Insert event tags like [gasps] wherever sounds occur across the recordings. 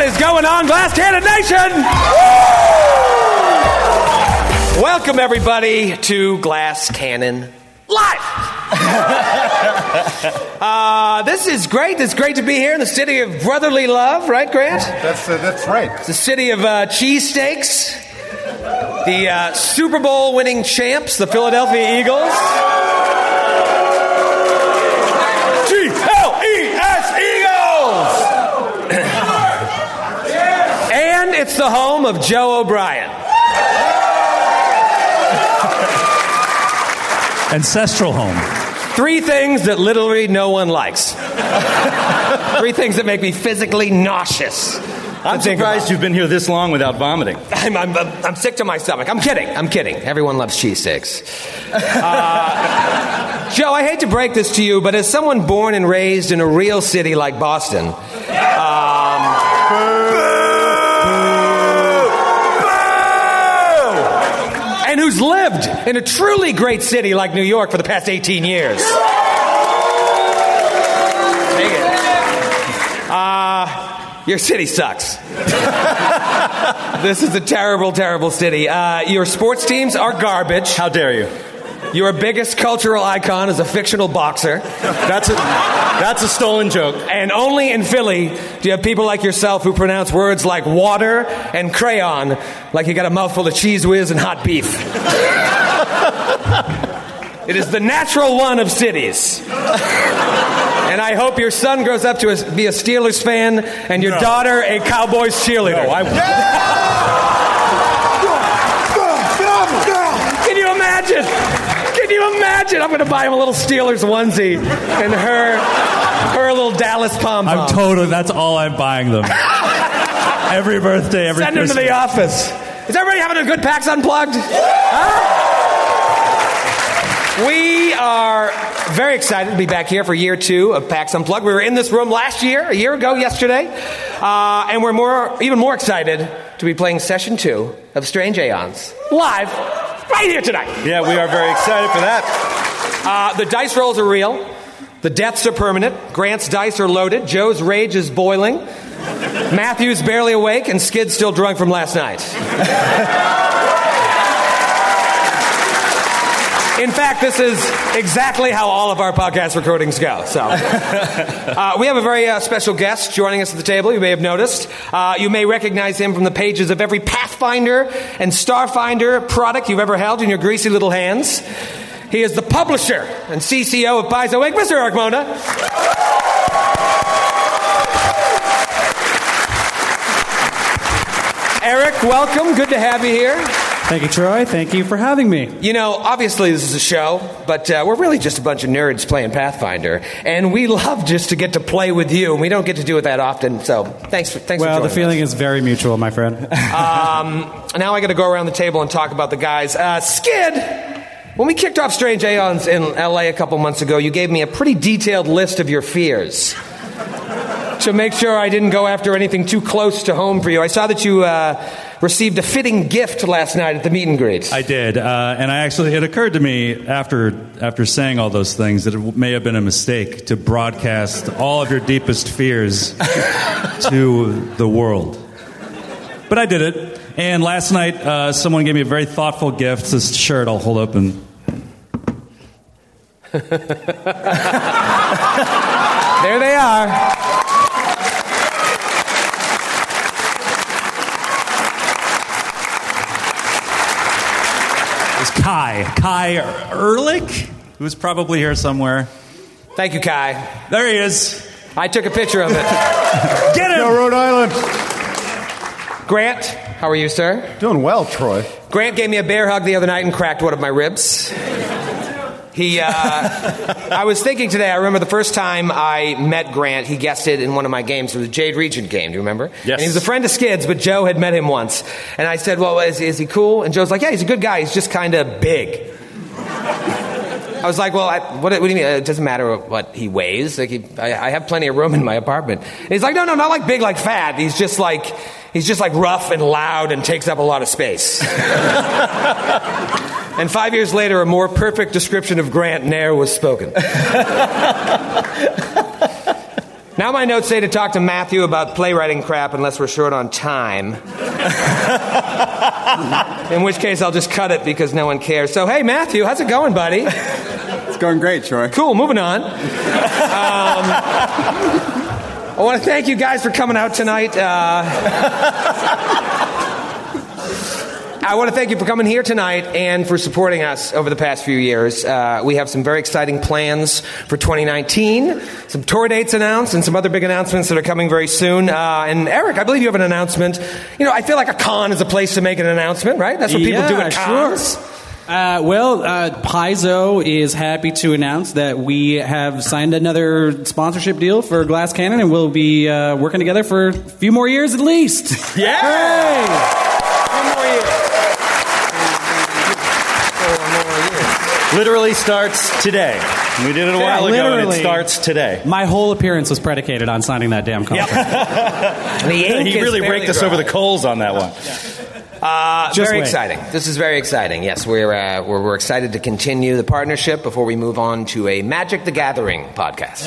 I'm Glass Cannon Nation! Welcome, everybody, to Glass [laughs] Cannon Live! uh, this is great. It's great to be here in the city of brotherly love, right, Grant? That's uh, that's right. The city of uh, cheesesteaks, the uh, Super Bowl winning champs, the Philadelphia Eagles. G L E S Eagles! and it's the home of Joe O'Brien. Ancestral home. Three things that literally no one likes. [laughs] Three things that make me physically nauseous. I'm surprised you've been here this long without vomiting. [laughs] I'm, I'm, I'm, I'm sick to my stomach. I'm kidding. I'm kidding. Everyone loves cheesesteaks. Uh, [laughs] Joe, I hate to break this to you, but as someone born and raised in a real city like Boston, and who's lived in a truly great city like New York for the past 18 years. Take it. Uh, your city sucks. this is a terrible, terrible city. Uh, your sports teams are garbage. How dare you? Your biggest cultural icon is a fictional boxer. That's a, that's a stolen joke. And only in Philly do you have people like yourself who pronounce words like water and crayon like you got a mouthful of cheese whiz and hot beef. [laughs] it is the natural one of cities. And I hope your son grows up to a- be a Steelers fan and your daughter a Cowboys cheerleader. No, I- Can you imagine? Can you imagine? I'm going to buy him a little Steelers onesie and her her little Dallas pom I'm totally. That's all I'm buying them. [laughs] every birthday, every Send him to Christmas. the office. Is everybody having a good PAX Unplugged? Huh? We are very excited to be back here for year two of PAX Unplugged. We were in this room last year, a year ago, yesterday, uh, and we're more, even more excited to be playing session two of Strange Aeons live right here tonight. yeah, we are very excited for that. Uh, the dice rolls are real. The deaths are permanent. Grant's dice are loaded. Joe's rage is boiling. Matthew's barely awake, and Skid's still drunk from last night. In fact, this is exactly how all of our podcast recordings go. So, uh, we have a very uh, special guest joining us at the table. You may have noticed. Uh, you may recognize him from the pages of every Pathfinder and Starfinder product you've ever held in your greasy little hands. He is the publisher and CCO of Paizo Inc., Mr. Eric Mona. Eric, welcome. Good to have you here. Thank you, Troy. Thank you for having me. You know, obviously this is a show, but uh, we're really just a bunch of nerds playing Pathfinder, and we [laughs] love just to get to play with you, and we don't get to do it that often. So thanks, for, thanks. Well, for the feeling is very mutual, my friend. is Um, now I got to go around the table and talk about the guys. Uh, Skid, when we kicked off Strange Aeons in L.A. a couple months ago, you gave me a pretty detailed list of your fears. To make sure I didn't go after anything too close to home for you, I saw that you uh, received a fitting gift last night at the meet and greet. I did, uh, and I actually it occurred to me after after saying all those things that it w- may have been a mistake to broadcast all of your deepest fears [laughs] to the world. But I did it, and last night uh, someone gave me a very thoughtful gift. This shirt I'll hold up and. [laughs] There they are. It's Kai. Kai Ehrlich, who's probably here somewhere. Thank you, Kai. There he is. I took a picture of it. [laughs] Get him! Yo, Rhode Island, Grant, how are you, sir? doing well, Troy. Grant gave me a bear hug the other night and cracked one of my ribs. He, uh, I was thinking today, I remember the first time I met Grant, he guested in one of my games, it was the Jade Regent game, do you remember? Yes. And he was a friend of Skid's, but Joe had met him once. And I said, well, is, is he cool? And Joe's like, yeah, he's a good guy, he's just kind of big. I was like, well, I, what, what do you mean? It doesn't matter what he weighs. Like he, I, I have plenty of room in my apartment. And he's like, no, no, not like big, like fat. He's just like, he's just like rough and loud and takes up a lot of space. [laughs] and five years later, a more perfect description of Grant Nair was spoken. [laughs] Now my notes say to talk to Matthew about playwriting crap unless we're short on time. [laughs] In which case I'll just cut it because no one cares. So hey Matthew, how's it going, buddy? It's going great, Troy. Cool. Moving on. Um, I want to thank you guys for coming out tonight. Uh, I want to thank you for coming here tonight and for supporting us over the past few years. Uh, we have some very exciting plans for 2019, some tour dates announced, and some other big announcements that are coming very soon. Uh, and Eric, I believe you have an announcement. You know, I feel like a con is a place to make an announcement, right? That's what people do Yeah, at sure. cons. [laughs] Uh, well, uh, Paizo is happy to announce that we have signed another sponsorship deal for Glass Cannon, and we'll be uh, working together for a few more years at least. [laughs] Yeah! Hooray! One more year. Four more years. Literally starts today. We did it a while ago, and literally. it starts today. My whole appearance was predicated on signing that damn contract. [laughs] The ink He is really raked barely us dry. over the coals on that one. Uh, Just very wait. [laughs] exciting. This is very exciting. Yes, we're, uh, we're we're excited to continue the partnership before we move on to a Magic the Gathering podcast.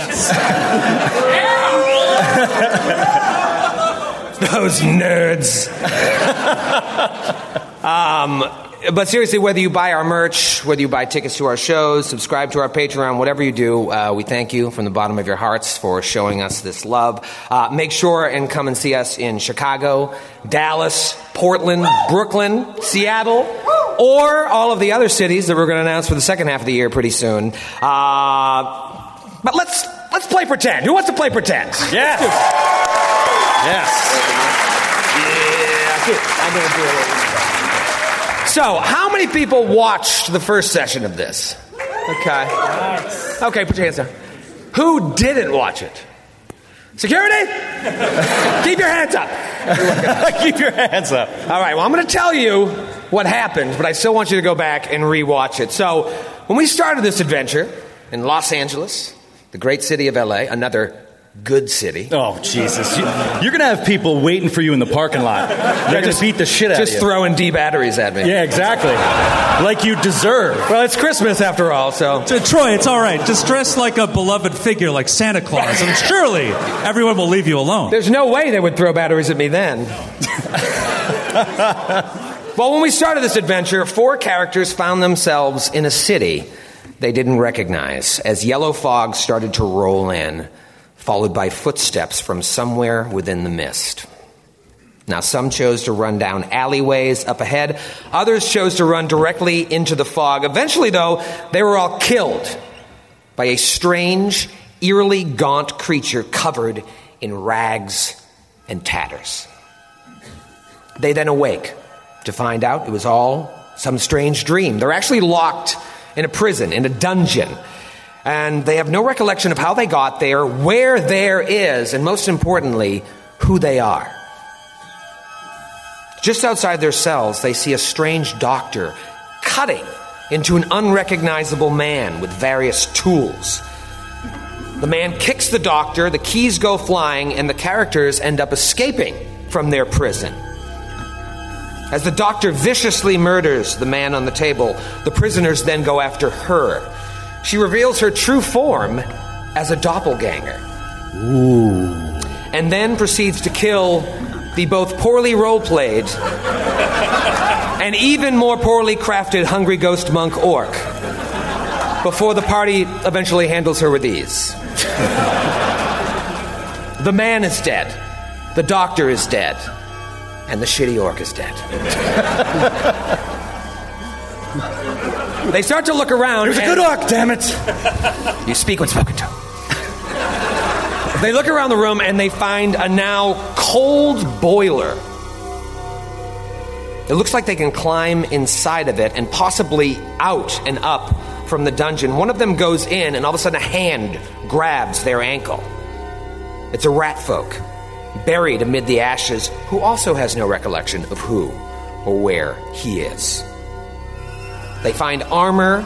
Those nerds. Um, but seriously, whether you buy our merch, whether you buy tickets to our shows, subscribe to our Patreon, whatever you do, uh, we thank you from the bottom of your hearts for showing us this love. Uh, make sure and come and see us in Chicago, Dallas, Portland, Brooklyn, Seattle, or all of the other cities that we're going to announce for the second half of the year pretty soon. Uh, but let's let's play pretend. Who wants to play pretend? Yes. Yes. So, how many people watched the first session of this? Okay. Okay, put your hands down. Who didn't watch it? Security? [laughs] Keep your hands up. [laughs] Keep your hands up. All right, well, I'm going to tell you what happened, but I still want you to go back and rewatch it. So, when we started this adventure in Los Angeles, the great city of LA, another good city, Oh Jesus! You, you're gonna have people waiting for you in the parking [laughs] lot. They're gonna beat the shit out of you. just throwing D batteries at me. Yeah, exactly. Like you deserve. Well, it's Christmas after all, so. So, Troy, it's all right. Just dress like a beloved figure, like Santa Claus, and surely everyone will leave you alone. There's no way they would throw batteries at me then. [laughs] well, when we started this adventure, four characters found themselves in a city they didn't recognize as yellow fog started to roll in, followed by footsteps from somewhere within the mist. Now, some chose to run down alleyways up ahead. Others chose to run directly into the fog. Eventually, though, they were all killed by a strange, eerily gaunt creature covered in rags and tatters. They then awake to find out it was all some strange dream. They're actually locked in a prison, in a dungeon. And they have no recollection of how they got there, where there is, and most importantly, who they are. Just outside their cells, they see a strange doctor cutting into an unrecognizable man with various tools. The man kicks the doctor, the keys go flying, and the characters end up escaping from their prison. As the doctor viciously murders the man on the table, the prisoners then go after her. She reveals her true form as a doppelganger and then proceeds to kill the both poorly role played and even more poorly crafted hungry ghost monk orc before the party eventually handles her with ease. the man is dead, the doctor is dead, and the shitty orc is [laughs] dead. they start to look around. There's a and- good arc, damn it! you speak when spoken to. they look around the room and they find a now cold boiler. It looks like they can climb inside of it and possibly out and up from the dungeon. One of them goes in, and all of a sudden, a hand grabs their ankle. It's a rat folk, buried amid the ashes, who also has no recollection of who or where he is. They find armor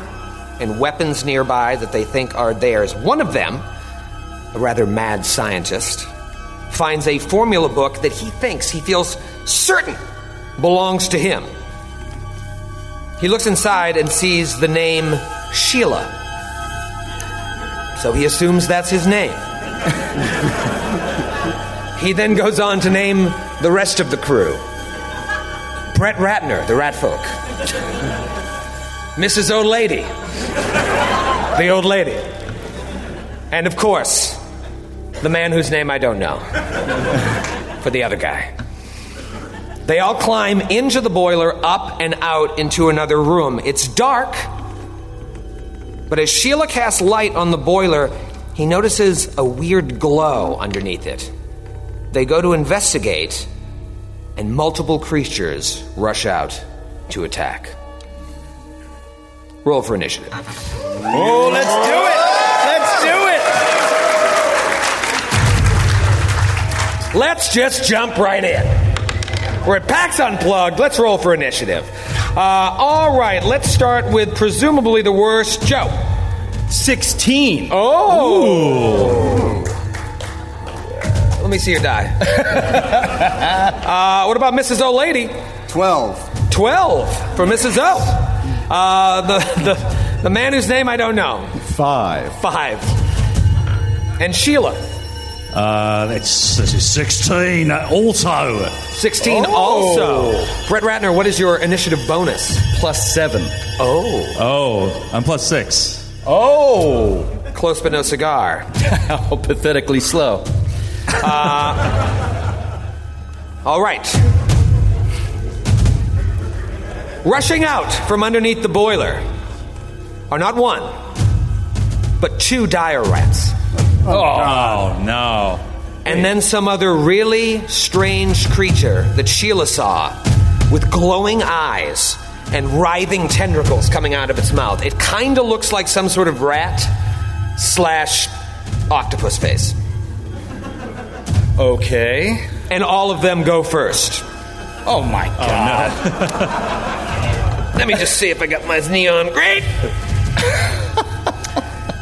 and weapons nearby that they think are theirs. One of them, a rather mad scientist, finds a formula book that he thinks, he feels certain, belongs to him. He looks inside and sees the name Sheila. So he assumes that's his name. He then goes on to name the rest of the crew Brett Ratner, the rat folk, Mrs. Old Lady, the old lady, and of course, the man whose name I don't know, for the other guy. They all climb into the boiler, up and out into another room. It's dark, but as Sheila casts light on the boiler, he notices a weird glow underneath it. They go to investigate, and multiple creatures rush out to attack. Roll for initiative. [laughs] Oh, let's do it! Let's do Let's just jump right in. We're at PAX Unplugged. Let's roll for initiative. Uh, all right, let's start with presumably the worst Joe. it! 16. Oh! Let me see your die. [laughs] uh, what about Mrs. O Lady? 12. 12 for Mrs. O. Uh, the, the, the man whose name I don't know. Five. Five. And Sheila. Uh, that's, that's a 16 uh, also. 16 also. Brett Ratner, what is your initiative bonus? Plus 7. Oh. Oh, I'm plus six. Oh! Close but no cigar. How pathetically slow. Uh, All right. Rushing out from underneath the boiler are not one, but two dire rats. Oh, no. And then some other really strange creature that Sheila saw with glowing eyes and writhing tendricals coming out of its mouth. It kind of looks like some sort of rat slash octopus face. Okay. And all of them go first. Oh my god. [laughs] Let me just see if I got my neon. Great.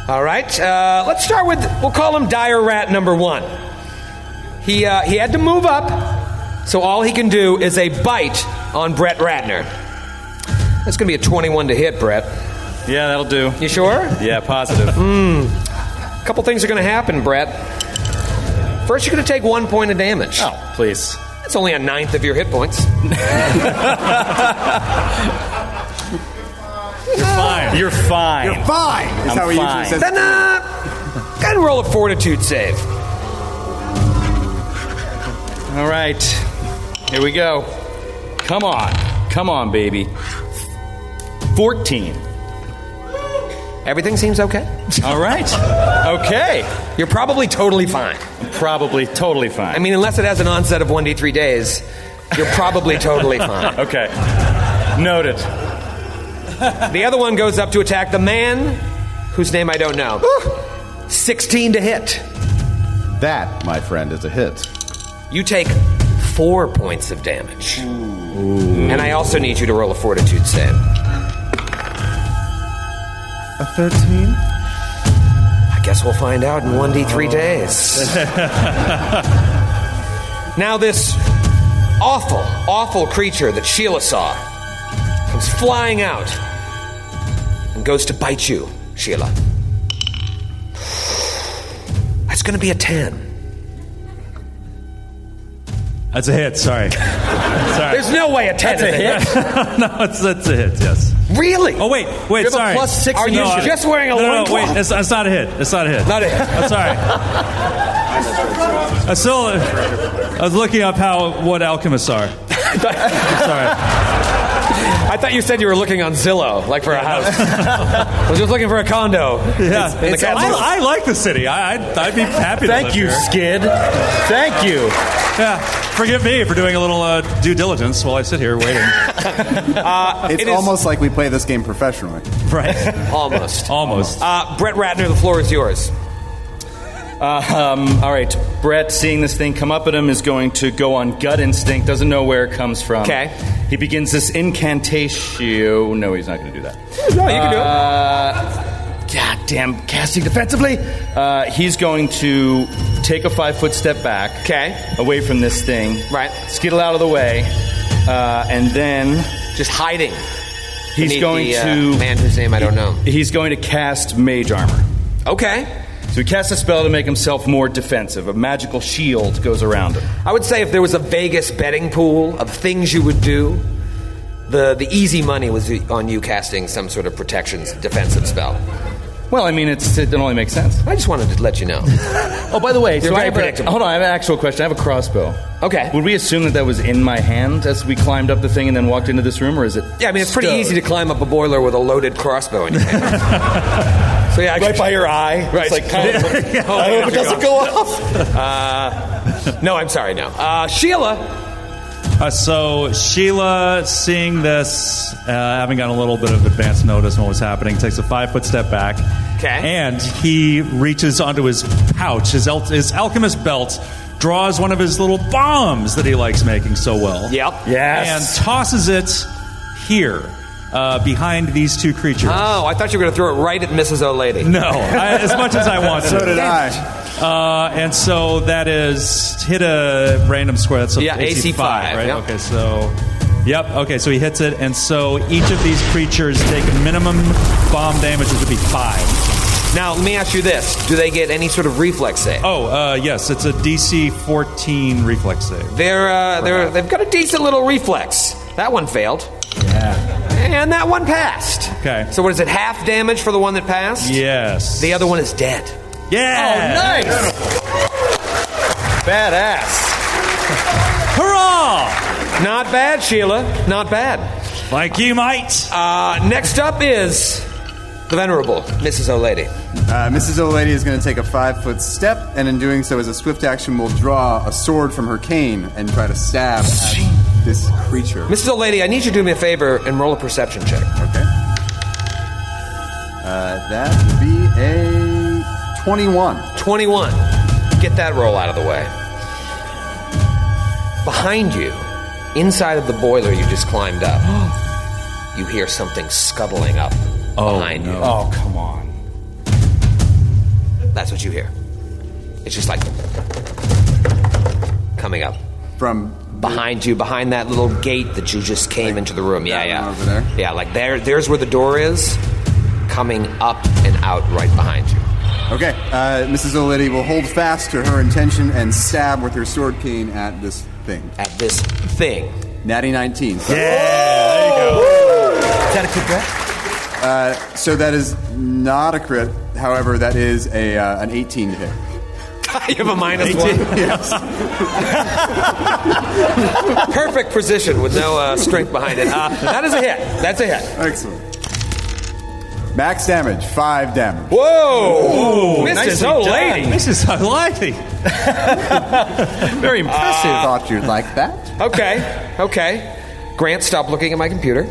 [laughs] All right. Uh, let's start with. We'll call him Dire Rat Number One. He uh, he had to move up, so all he can do is a bite on Brett Ratner. That's going to be a 21 to hit, Brett. Yeah, that'll do. You sure? [laughs] Yeah, positive. A couple things are going to happen, Brett. First, you're going to take one point of damage. Oh, please. That's only a ninth of your hit [laughs] points. Fine. You're fine. You're fine! Is I'm how he fine. usually says Then, uh, go ahead and roll a fortitude save. All right. Here we go. Come on. Come on, baby. [laughs] 14. Everything seems okay. All right. Okay. You're probably totally fine. Probably totally fine. I mean, unless it has an onset of 1d3 days, you're probably [laughs] totally fine. okay. Noted. The other one goes up to attack the man whose name I don't know. 16 to hit. That, my friend, is a hit. You take four points of damage. And I also need you to roll a fortitude save. A 13? I guess we'll find out in 1d3 [laughs] [laughs] days. now, this awful, awful creature that Sheila saw comes flying out and goes to bite you, Sheila. [sighs] That's going to be a 10. That's a [laughs] hit, sorry. sorry. There's no way a 10 is a hit. [laughs] no, it's, that's a hit, yes. Really? Oh, wait, wait, You have a sorry. plus six Are you I- just wearing a no, no, no, loincloth? wait, it's, it's not a hit. It's not a hit. Not a hit. [laughs] I'm sorry. I still, I was looking up how what alchemists are. sorry. [laughs] I thought you said you were looking on Zillow, like for a [laughs] house. I was just looking for a condo. Yeah, It's- in the It's- I, capital. I like the city. I, I'd, I'd be happy. to live Thank you, here. Skid. Thank you. Yeah, forgive me for doing a little uh, due diligence while I sit [laughs] here waiting. that. It's Uh, It is- almost like we play this game professionally. right, Almost. almost. Uh, Brett Ratner, the floor is yours. Um, all right, Brett, seeing this thing come up at him, is going to go on gut instinct, doesn't know where it comes from. Okay. He begins this incantation. No, he's not going to do that. No, you can do it. Uh, God damn, casting defensively. Uh, he's going to take a five foot step back. Okay. Away from this thing. Right. Skittle out of the way. Uh, and then Just hiding. he's beneath going the, uh, to. man whose name I don't know. He's going to cast mage armor. Okay. So he casts a spell to make himself more defensive. A magical shield goes around him. I would say if there was a Vegas betting pool of things you would do, the, the easy money was on you casting some sort of protection defensive spell. Well, I mean, it's, it only makes sense. I just wanted to let [laughs] you [laughs] know. Oh, by the way, You're so very I have predictable. A, hold on, I have an actual question. I have a crossbow. Okay. Would we assume that that was in my hand as we climbed up the thing and then walked into this room, or is it? Yeah, I mean, it's pretty stowed? easy to climb up a boiler with a loaded crossbow in your [laughs] hand. so, yeah, I Right by your eye. Right. It's like kind [laughs] of- Yeah. I Oh, hope it doesn't go off. Uh, no, I'm sorry, no. Uh, Sheila, Uh, so Sheila, seeing this, uh, having gotten a little bit of advance notice on what was happening, takes a five foot step back. 'Kay. And he reaches onto his pouch, his, el- his alchemist belt, draws one of his little bombs that he likes making so well. Yep. Yes. And tosses it here, uh, behind these two creatures. Oh, I thought you were going to throw it right at Mrs. O'Lady. No, I, as much as I want to. [laughs] So did I. Uh, and so that is hit a random square. That's a Yeah, AC5, right? yep. Okay, so yep. Okay, so he hits it, and so each of these creatures take minimum bomb damage, which would be five. Now, let me ask you this Do they get any sort of reflex save? Oh, uh, yes, it's a DC 14 reflex save. They're, uh, they're, they've got a decent little reflex. That one failed. Yeah. And that one passed. Okay. So, what is it? Half damage for the one that passed? Yes. The other one is dead. Oh, Yeah. Nice. Ah. Badass. Hurrah! Not bad, Sheila. Not bad. Like you might. Uh, next up is the venerable Mrs. O'Lady. Uh, Mrs. O'Lady is going to take a five foot step, and in doing so, as a swift action, will draw a sword from her cane and try to stab at this creature. Mrs. O'Lady, I need you to do me a favor and roll a perception check. Okay. Uh, that would be a 21. 21. Get that roll out of the way. Behind you, inside of the boiler you just climbed [gasps] up, you hear something scuttling up behind you. Oh come on. That's what you hear. It's just like coming up. From Behind you, behind that little gate that you just came into the room. Yeah, that yeah. one over there? Yeah, like there there's where the door is. Coming up and out right behind you. Okay, uh, Mrs. O'Lady will hold fast to her intention and stab with her sword cane at this thing. At this thing. Natty 19. So, Is that a good breath? Uh, so that is not a crit. However, that is a uh, an 18 to hit. you have a minus [laughs] one. [laughs] Perfect position with no uh, strength behind it. Uh, that is a hit. That's a hit. Excellent. Max damage, five damage. Whoa! Mrs. nicely Old done. Lady. This is unlikely. Very impressive. Uh, Thought you'd like that? Okay. Okay. Grant, stop looking at my computer.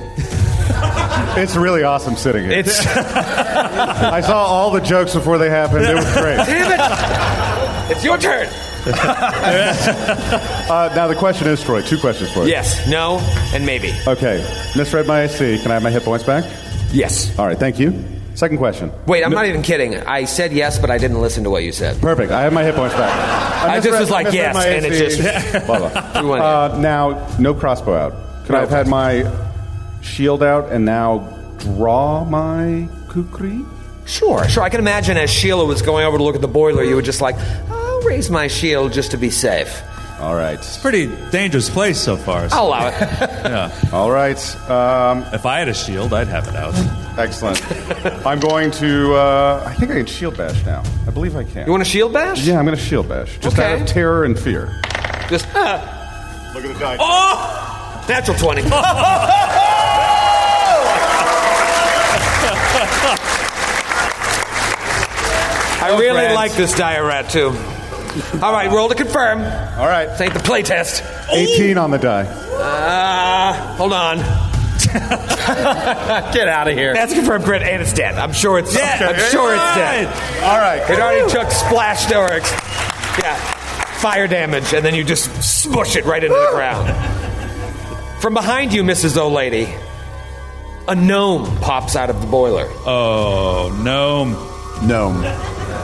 It's really awesome sitting here. [laughs] It's I saw all the jokes before they happened. It was [laughs] [laughs] great. damn it. It's your [laughs] turn. Uh, now the question is, Troy. Two questions for you. Yes. No. And maybe. Okay. Misread my AC. Can I have my hit points back? Yes. All right. Thank you. Second question. Wait, I'm not even kidding. I said yes, but I didn't listen to what you said. Perfect. I have my hit points back. I just misread- was like, misread yes, my and it AC. [laughs] just- blah blah. We went in. Uh, now, no crossbow out. Could I have had my shield out and now draw my kukri? Sure, sure. I can imagine as Sheila was going over to look at the boiler, you were just like, I'll raise my shield just to be safe. All right. Pretty dangerous place so far. I'll allow [laughs] it. All right. Um, If I had a shield, I'd have it out. excellent. [laughs] I'm going to. Uh, I think I can shield bash now. I believe I can. You want a shield bash? Yeah, I'm going to shield bash. Just out Okay. of terror and fear. Just, ah, Look at the die. Oh! [laughs] natural 20. [laughs] I really friends. like this diarat too. All right, roll to confirm. All right. This ain't the playtest. 18 on the die. Uh, hold on. Get out of here. That's a confirmed crit, and it's dead. I'm sure it's dead. Okay. I'm sure it's dead. All right. It already took splash darks. Yeah. Fire damage, and then you just smush it right into the ground. From behind you, Mrs. O'Lady, a gnome pops out of the boiler. Oh, no. No,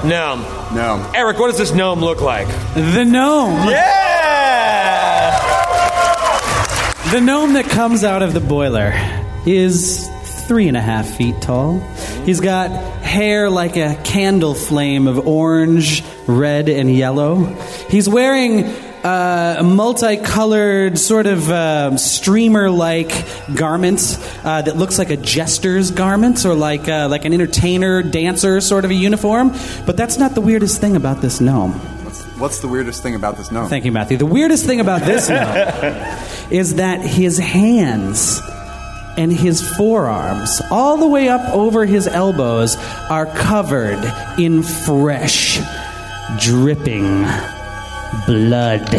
Gnome. no. Eric, what does this gnome look like? The gnome. Yeah! The gnome that comes out of the boiler is three and a half feet tall. He's got hair like a candle flame of orange, red, and yellow. He's wearing uh, multicolored, sort of um streamer like garment uh, that looks like a jester's garment or like, uh, like an entertainer, dancer sort of a uniform. But that's not the weirdest thing about this gnome. What's, what's the weirdest thing about this gnome? Thank you, Matthew. The weirdest thing about this gnome is that his hands and his forearms, all the way up over his elbows, are covered in fresh, dripping blood.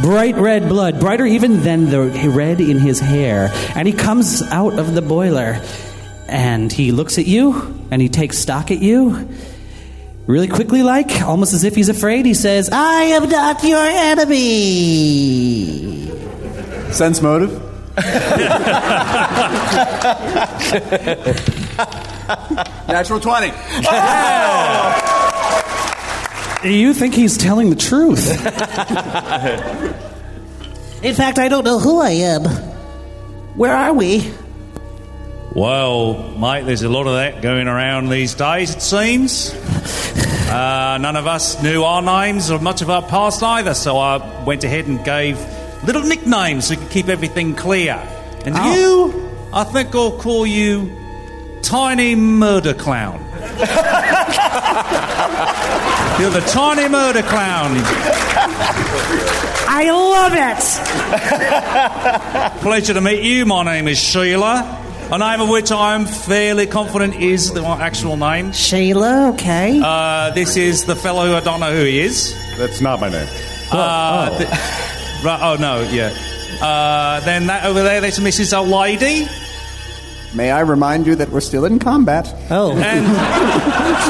Bright red blood, brighter even than the red in his hair. And he comes out of the boiler and he looks at you and he takes stock at you Really quickly, like, almost as if he's afraid, he says, I am not your enemy. Sense motive? [laughs] Natural 20. You think he's telling the truth. [laughs] In fact, I don't know who I am. Where are we? Well, mate, there's a lot of that going around these days, it seems. Uh, none of us knew our names or much of our past either, so I went ahead and gave little nicknames so we could keep everything clear. And you, I think I'll call you Tiny Murder Clown. [laughs] You're the Tiny Murder Clown. I love it! Pleasure to meet you. My name is Sheila. A name of which I'm fairly confident is the my actual name. Sheila, okay. Uh, this is the fellow who I don't know who he is. That's not my name. Uh, th- right, oh no, yeah. Uh, then that over there, there's Mrs. Old Lady, May I remind you that we're still in combat? oh. and,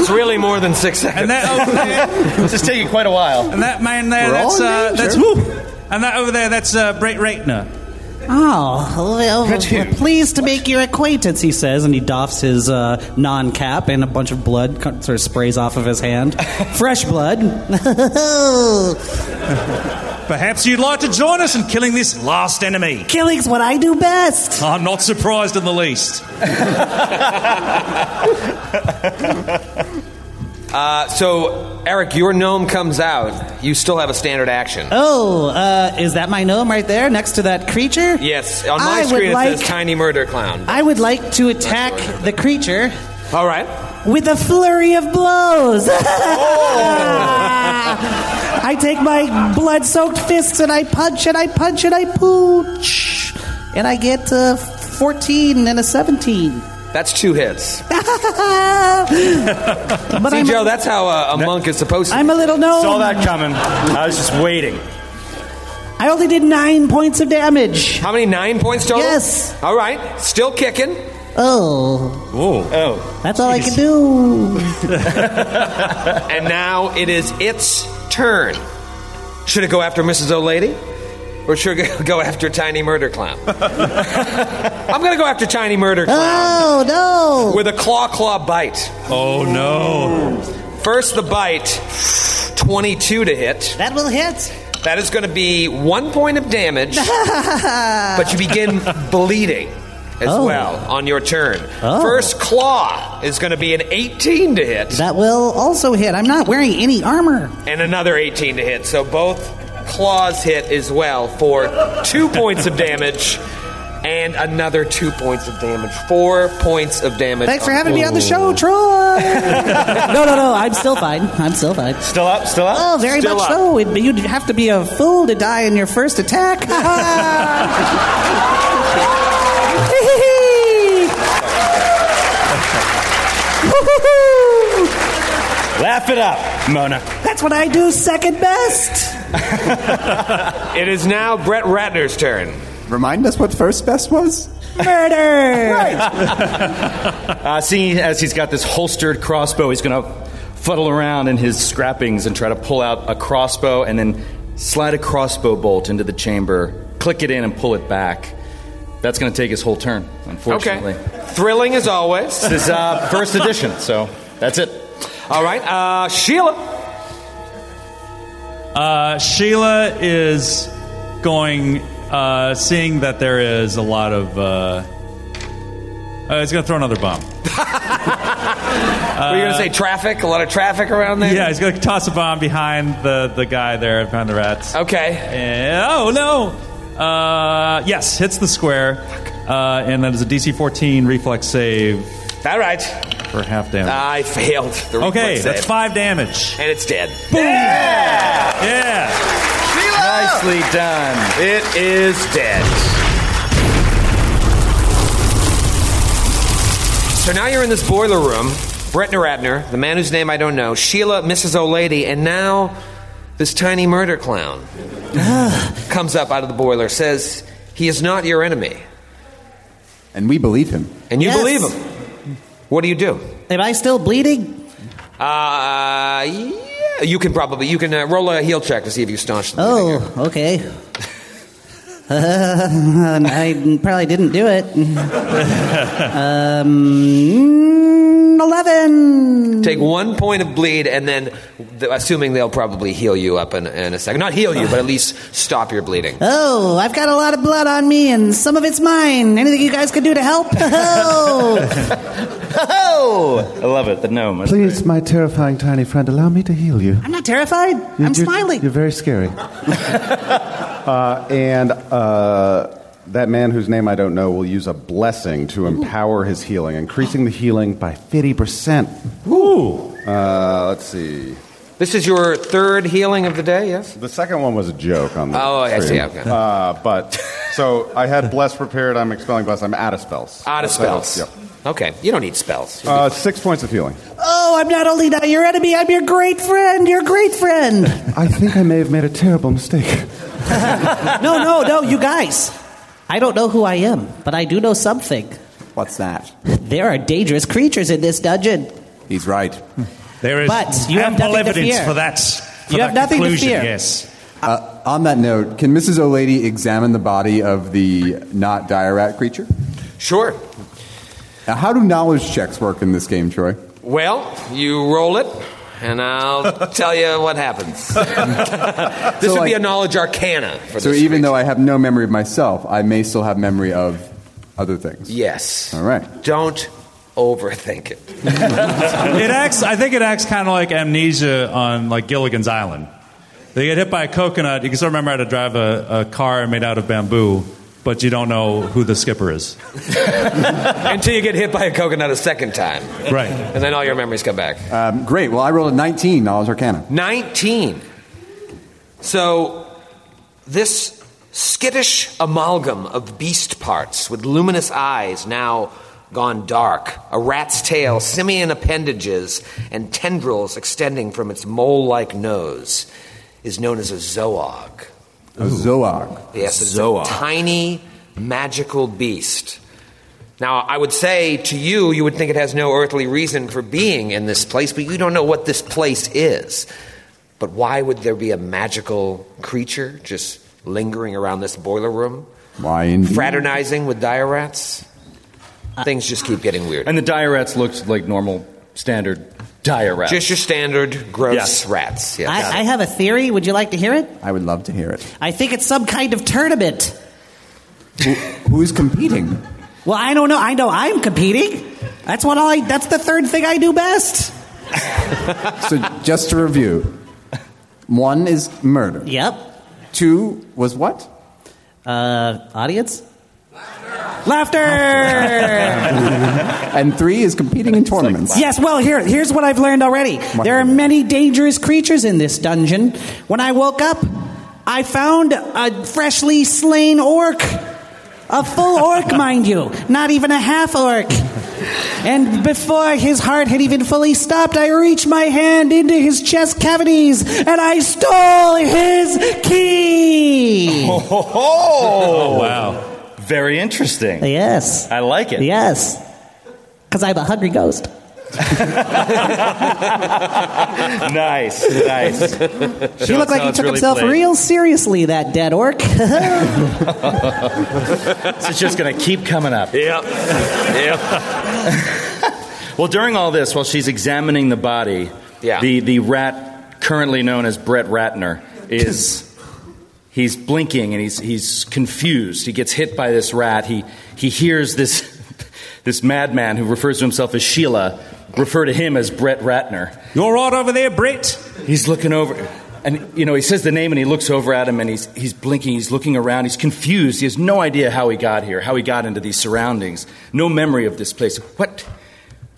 It's really more than six seconds. and that over there, This is taking quite a while. and that man there, We're all that's in uh, that's danger. whoop, and that over there, that's uh, Brett Ratner. Oh, well, we're pleased to make your acquaintance, he says, and he doffs his uh, non cap, and a bunch of blood co- sort of sprays off of his [laughs] hand. Fresh blood. [laughs] Perhaps you'd like to join us in killing this last enemy. [laughs] Killing's what I do best. I'm not surprised in the least. Uh, so, Eric, your gnome comes out. You still have a standard action. Oh, uh, is that my gnome right there next to that creature? Yes, on my I screen would it like, says Tiny Murder Clown. I would like to attack the creature All right. with a flurry of blows. [laughs] I take my blood soaked fists and I punch and I punch and I pooch. And I get uh, 14 and a [laughs] 17. That's two hits. [laughs] But See, I'm, Joe, that's how uh, a, a monk is supposed to. I'm a little gnome. Saw that coming. I was just waiting. I only did nine points of damage. How many? Nine points total? Yes. All right. Still kicking. Oh, Oh, that's all I can do. [laughs] [laughs] And now it is its turn. Should it go after Mrs. O'Lady? Or should it go after Tiny Murder [laughs] Clown? I'm going to go after Tiny Murder Clown [laughs] Oh, with a claw claw bite. Oh no! First, the bite 22 to hit. That will hit. That is going to be one point of [laughs] damage, but you begin bleeding as Oh. well on your turn. Oh. First claw is going to be an 18 to hit That will also hit. I'm not wearing any armor. and another 18 to hit. So both claws hit as well for two points of damage and another two points of damage. Four points of damage. Thanks for having me on the show, Troy. Um, [laughs] no, no, no. I'm still fine. I'm still fine. still up, still up. Oh, very Still much up. so. It, you'd have to be a fool to die in your first attack. [laughs] Woo-hoo-hoo. [laughs] Laugh it up, [laughs] Mona. That's what I do second best. [laughs] It is now Brett Ratner's turn. Remind us what first best was? Murder. Uh, seeing as he's got this holstered crossbow, he's going to fuddle around in his scrappings and try to pull out a crossbow and then slide a crossbow bolt into the chamber, click it in, and pull it back. That's going to take his whole turn, unfortunately. Okay. Thrilling as always. This is uh, first edition, so that's it. All right. Uh, Sheila. Uh, Sheila is going, uh, seeing that [laughs] there is a lot of. Uh, uh, it's going to throw another bomb. Were you going to say traffic? A lot of traffic around there? Yeah, he's gonna toss a bomb behind the, the guy there behind the rats. Okay. And- oh no! Uh, yes, hits the square, uh, and that is a DC 14 reflex save All right. for half damage. I failed. The okay, reflex that's save. five damage. And it's dead. Yeah. Nicely done. [laughs] It is dead. So now you're in this boiler room. Brett Radner, the man whose name I don't know, Sheila, Mrs. O'Lady, and now this tiny murder [sighs] clown comes up out of the boiler, says, He is not your enemy. And we believe him. And you Yes. believe him. What do you do? Am I still bleeding? Uh, yeah, you can probably, you can uh, roll a heel check to see if you staunch the bleeding. [laughs] Oh, okay. Uh, I probably didn't do it. [laughs] um, 11. Take one point of bleed, and then, th- assuming they'll probably heal you up in, in a second. Not heal you, but at least stop your bleeding. Oh, I've got a lot of blood on me, and some of it's mine. Anything you guys could do to help? [laughs] Oh, I love it. The gnome. That's great. Please, my terrifying tiny friend, allow me to heal you. I'm not terrified. You- I'm you're- You're smiling. very scary. And uh, that man whose name I don't know will use a blessing to empower his healing, increasing the healing by 50%. Ooh. Uh, let's see. This is your third healing of the day, yes? The second one was a joke on the Oh, I see, stream. okay. Uh, but so I had bless prepared. I'm expelling bless. I'm out of spells. Out of spells. Yep. Okay, you don't need spells. Uh, six points of healing. Oh, I'm not only not your enemy, I'm your great friend. Your great friend. [laughs] I think I may have made a terrible mistake. No, no, no, you guys. I don't know who I am, but I do know something. What's that? There are dangerous creatures in this dungeon. He's right. There is But you have ample nothing to evidence fear. for that. For You that have nothing to conclusion, fear. Yes. Uh, on that note, can Mrs. O'Lady examine the body of the not dire rat creature? Sure. Now, how do knowledge checks work in this game, Troy? Well, you roll it, and I'll tell you what happens. this would be like- a knowledge arcana for So this. even creature. though I have no memory of myself, I may still have memory of other things. Yes. All right. Don't overthink it. [laughs] it acts. I think it acts kind of like amnesia on like Gilligan's Island. They get hit by a coconut. You can still remember how to drive a, a car made out of bamboo, but you don't know who the skipper is. Until you get hit by a coconut a second time. Right. And then all your memories come back. Um, great. Well, I rolled a 19 knowledge arcana. 19. So, this skittish amalgam of beast parts with luminous eyes now gone dark, a rat's tail, simian appendages, and tendrils extending from its mole like nose is known as a zoog. A zoag. Yes, it's a tiny magical beast. Now, I would say to you, you would think it has no earthly reason for being in this place, but you don't know what this place is. But why would there be a magical creature just lingering around this boiler room, Why indeed? fraternizing with dire rats? Things just keep getting weird. And the dire rats looked like normal, standard dire rats. Just your standard gross Yes. rats. Yes. I, I have a theory. Would you like to hear it? I would love to hear it. I think it's some kind of tournament. Who's competing? Well, I don't know. I know I'm competing. That's what I. That's the third thing I do best. [laughs] So just to review, one is murder. Yep. Two was what? Uh, audience. Laughter. [laughs] And three is competing in tournaments. yes. Well, here, here's what I've learned already. There are many dangerous creatures in this dungeon. When I woke up, I found a freshly slain orc, a full [laughs] orc, mind you, not even a half orc. And before his heart had even fully stopped, I reached my hand into his chest cavities and I stole his key. [laughs] oh, Wow. very interesting. Yes. I like it. Yes. Because I'm a hungry ghost. Nice, nice. He looked like he took himself real seriously, that dead orc. [laughs] [laughs] It's just going to keep coming up. Yep. yep. [laughs] Well, during all this, while she's examining the body, Yeah. the, the rat currently known as Brett Ratner [laughs] is he's blinking and he's he's confused. He gets hit by this rat. He he hears this this madman who refers to himself as Sheila refer to him as Brett Ratner. You're right over there, Brett. He's looking over, and you know he says the name, and he looks over at him, and he's he's blinking, he's looking around, he's confused, he has no idea how he got here, how he got into these surroundings, no memory of this place. What,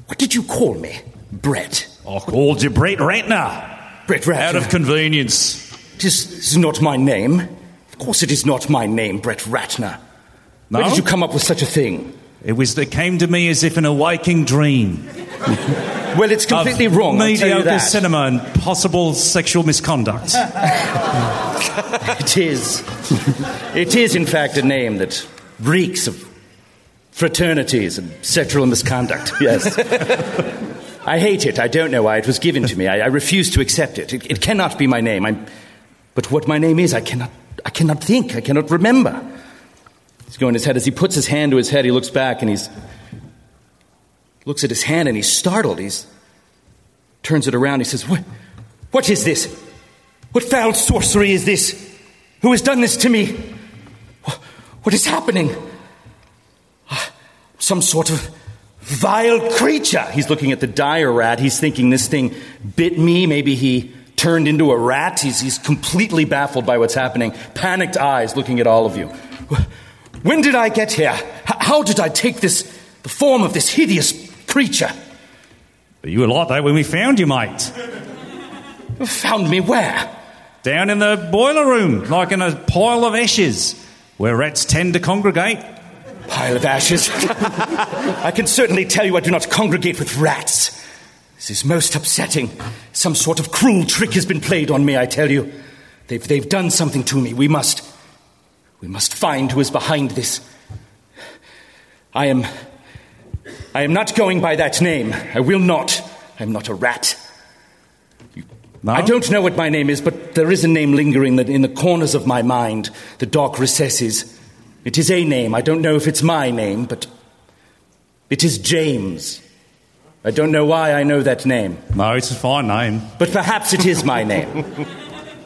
what did you call me, Brett? I called you Brett Ratner. Brett Ratner. Out of convenience. This is not my name. Of course, it is not my name, Brett Ratner. No? Where did you come up with such a thing? It was it came to me as if an awaking dream. [laughs] Well, it's completely of wrong. I'll tell you Mediocre that. cinema and possible sexual misconduct. [laughs] It is. it is, in fact, a name that reeks of fraternities and sexual misconduct. Yes. I hate it. I don't know why it was given to me. I, I refuse to accept it. It, it cannot be my name. I'm, but what my name is, I cannot, I cannot think. I cannot remember. He's going his head. As he puts his hand to his head, he looks back and he's looks at his hand and he's startled. He's turns it around. He says, "What? What is this? What foul sorcery is this? Who has done this to me? Wh- What is happening? Ah, Some sort of vile creature." He's looking at the dire rat. He's thinking this thing bit me. Maybe he turned into a rat. He's, he's completely baffled by what's happening. Panicked eyes looking at all of you. Wh- When did I get here? H- How did I take this the form of this hideous creature? But you were like that when we found you, mate. You found me where? Down in the boiler room, like in a pile of ashes, where rats tend to congregate. Pile of ashes. I can certainly tell you I do not congregate with rats. This is most upsetting. Some sort of cruel trick has been played on me, I tell you. They've, they've done something to me. We must. We must find who is behind this. I am. I am not going by that name. I will not. I am not a rat. No? I don't know what my name is, but there is a name lingering in the corners of my mind, the dark recesses. It is a name. I don't know if it's my name, but it is James. I don't know why I know that name, No, it's a fine name. but perhaps it is my name.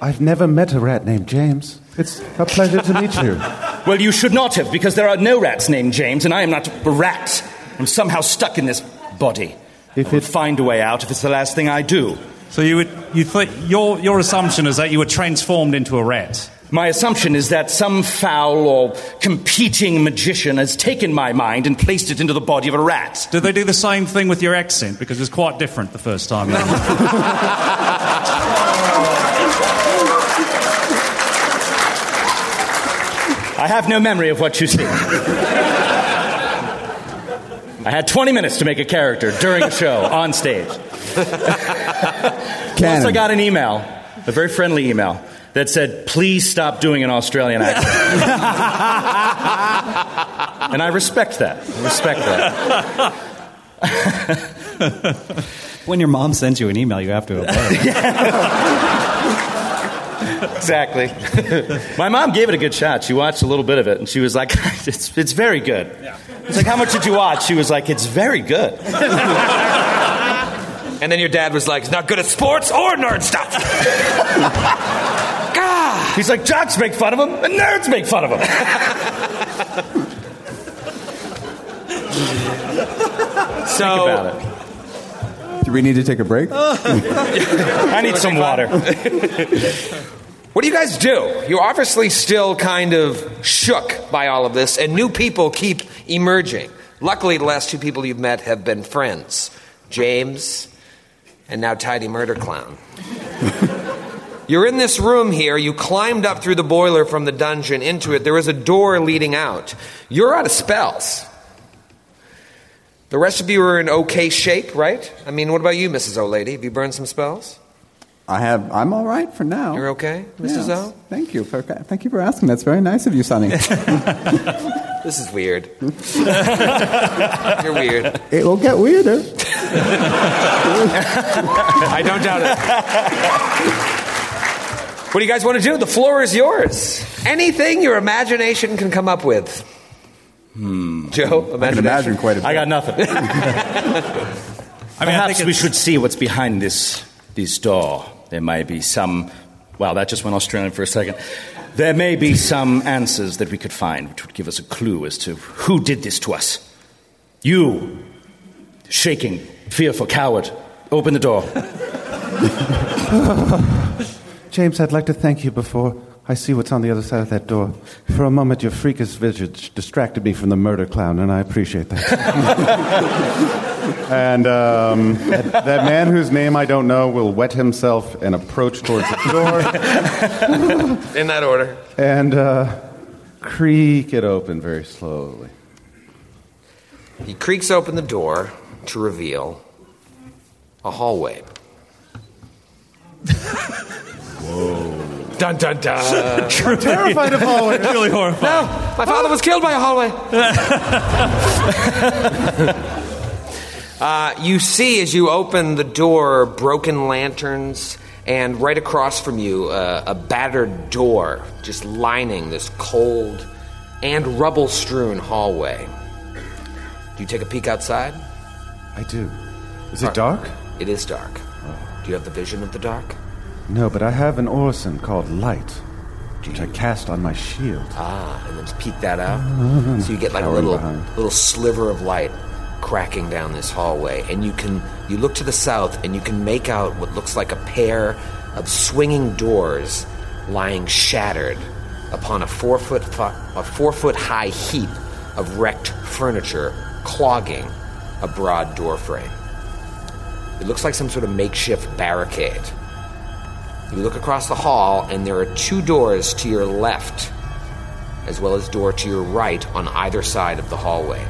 I've never met a rat named James. It's a pleasure to meet you. [sighs] Well, you should not have, because there are no rats named James, and I am not a rat. I'm somehow stuck in this body. If I will it- find a way out if it's the last thing I do. So you would you th- your your assumption is that you were transformed into a rat. My assumption is that some foul or competing magician has taken my mind and placed it into the body of a rat. Did they do the same thing with your accent? Because it's quite different the first [laughs] time. round. I have no memory of what you see. I had 20 minutes to make a character during a show on stage. Plus, I got an email, a very friendly email, that said, please stop doing an Australian accent. and I respect that. I respect that. When your mom sends you an email, you have to [laughs] obey. Exactly. [laughs] My mom gave it a good shot. She watched a little bit of it, and she was like, [laughs] it's, it's very good. It's like, how much did you watch? She was like, it's very good. And then your dad was like, he's not good at sports or nerd stuff. [laughs] God. [laughs] He's like, jocks make fun of him, and nerds make fun [laughs] of him. So, about it. Do we need to take a break? [laughs] I need some water. [laughs] what do you guys do? You're obviously still kind of shook by all of this, and new people keep emerging. Luckily, the last two people you've met have been friends James and now Tidy Murder Clown. You're in this room here. You climbed up through the boiler from the dungeon into it. There is a door leading out. You're out of spells. The rest of you are in okay shape, right? I mean, what about you, Mrs. O'Lady? Have you burned some spells? I have. I'm all right for now. You're okay, Mrs. Yes. O? Thank you. For, thank you for asking. That's very nice of you, Sonny. This is weird. [laughs] You're weird. it will get weirder. [laughs] I don't doubt it. What do you guys want to do? The floor is yours. Anything your imagination can come up with. Hmm. Joe, I can imagination. imagine quite a bit. I got nothing. I mean, I Perhaps think we it's- should see what's behind this this door. There may be some. Wow, that just went Australian for a second. There may be some answers that we could find, which would give us a clue as to who did this to us. You, shaking, fearful, coward. Open the door. James, I'd like to thank you before I see what's on the other side of that door. For a moment, your freakish visage distracted me from the murder clown, and I appreciate that. [laughs] And um, [laughs] that, that man whose name I don't know will wet himself and approach towards the door In that [laughs] order. and uh, creak it open very slowly. He [laughs] creaks open the door to reveal a hallway. Whoa. Dun dun dun. [laughs] Terrified of hallways. really horrifying. no, my father was killed by a [laughs] hallway. uh, you see, as you open the door, broken lanterns, and right across from you, uh, a battered door just lining this cold and rubble strewn hallway. Do you take a peek outside? I do. Is it dark? It is dark. Do you have the vision of the dark? No, but I have an orison called Light, which I cast on my shield. Ah, and then peek that out. So you get like a little behind. little sliver of light cracking down this hallway, and you can you look to the south and you can make out what looks like a pair of swinging doors lying shattered upon a four foot fu- a four foot high heap of wrecked furniture clogging a broad doorframe. It looks like some sort of makeshift barricade. You look across the hall, and there are two doors to your left as well as door to your right on either side of the hallway.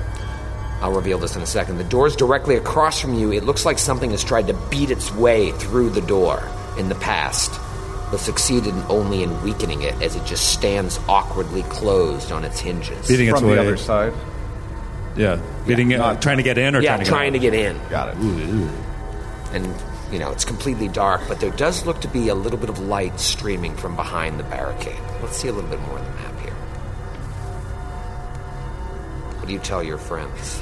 I'll reveal this in a second. The door's directly across from you. It looks like something has tried to beat its way through the door in the past, but succeeded in- only in weakening it as it just stands awkwardly closed on its hinges. Beating its From way. the other side. Yeah, beating uh, it, trying to get in or yeah, trying to trying get to get in. Got it. And, you know, it's completely dark, but there does look to be a little bit of light streaming from behind the barricade. Let's see a little bit more of the map here. What do you tell your friends?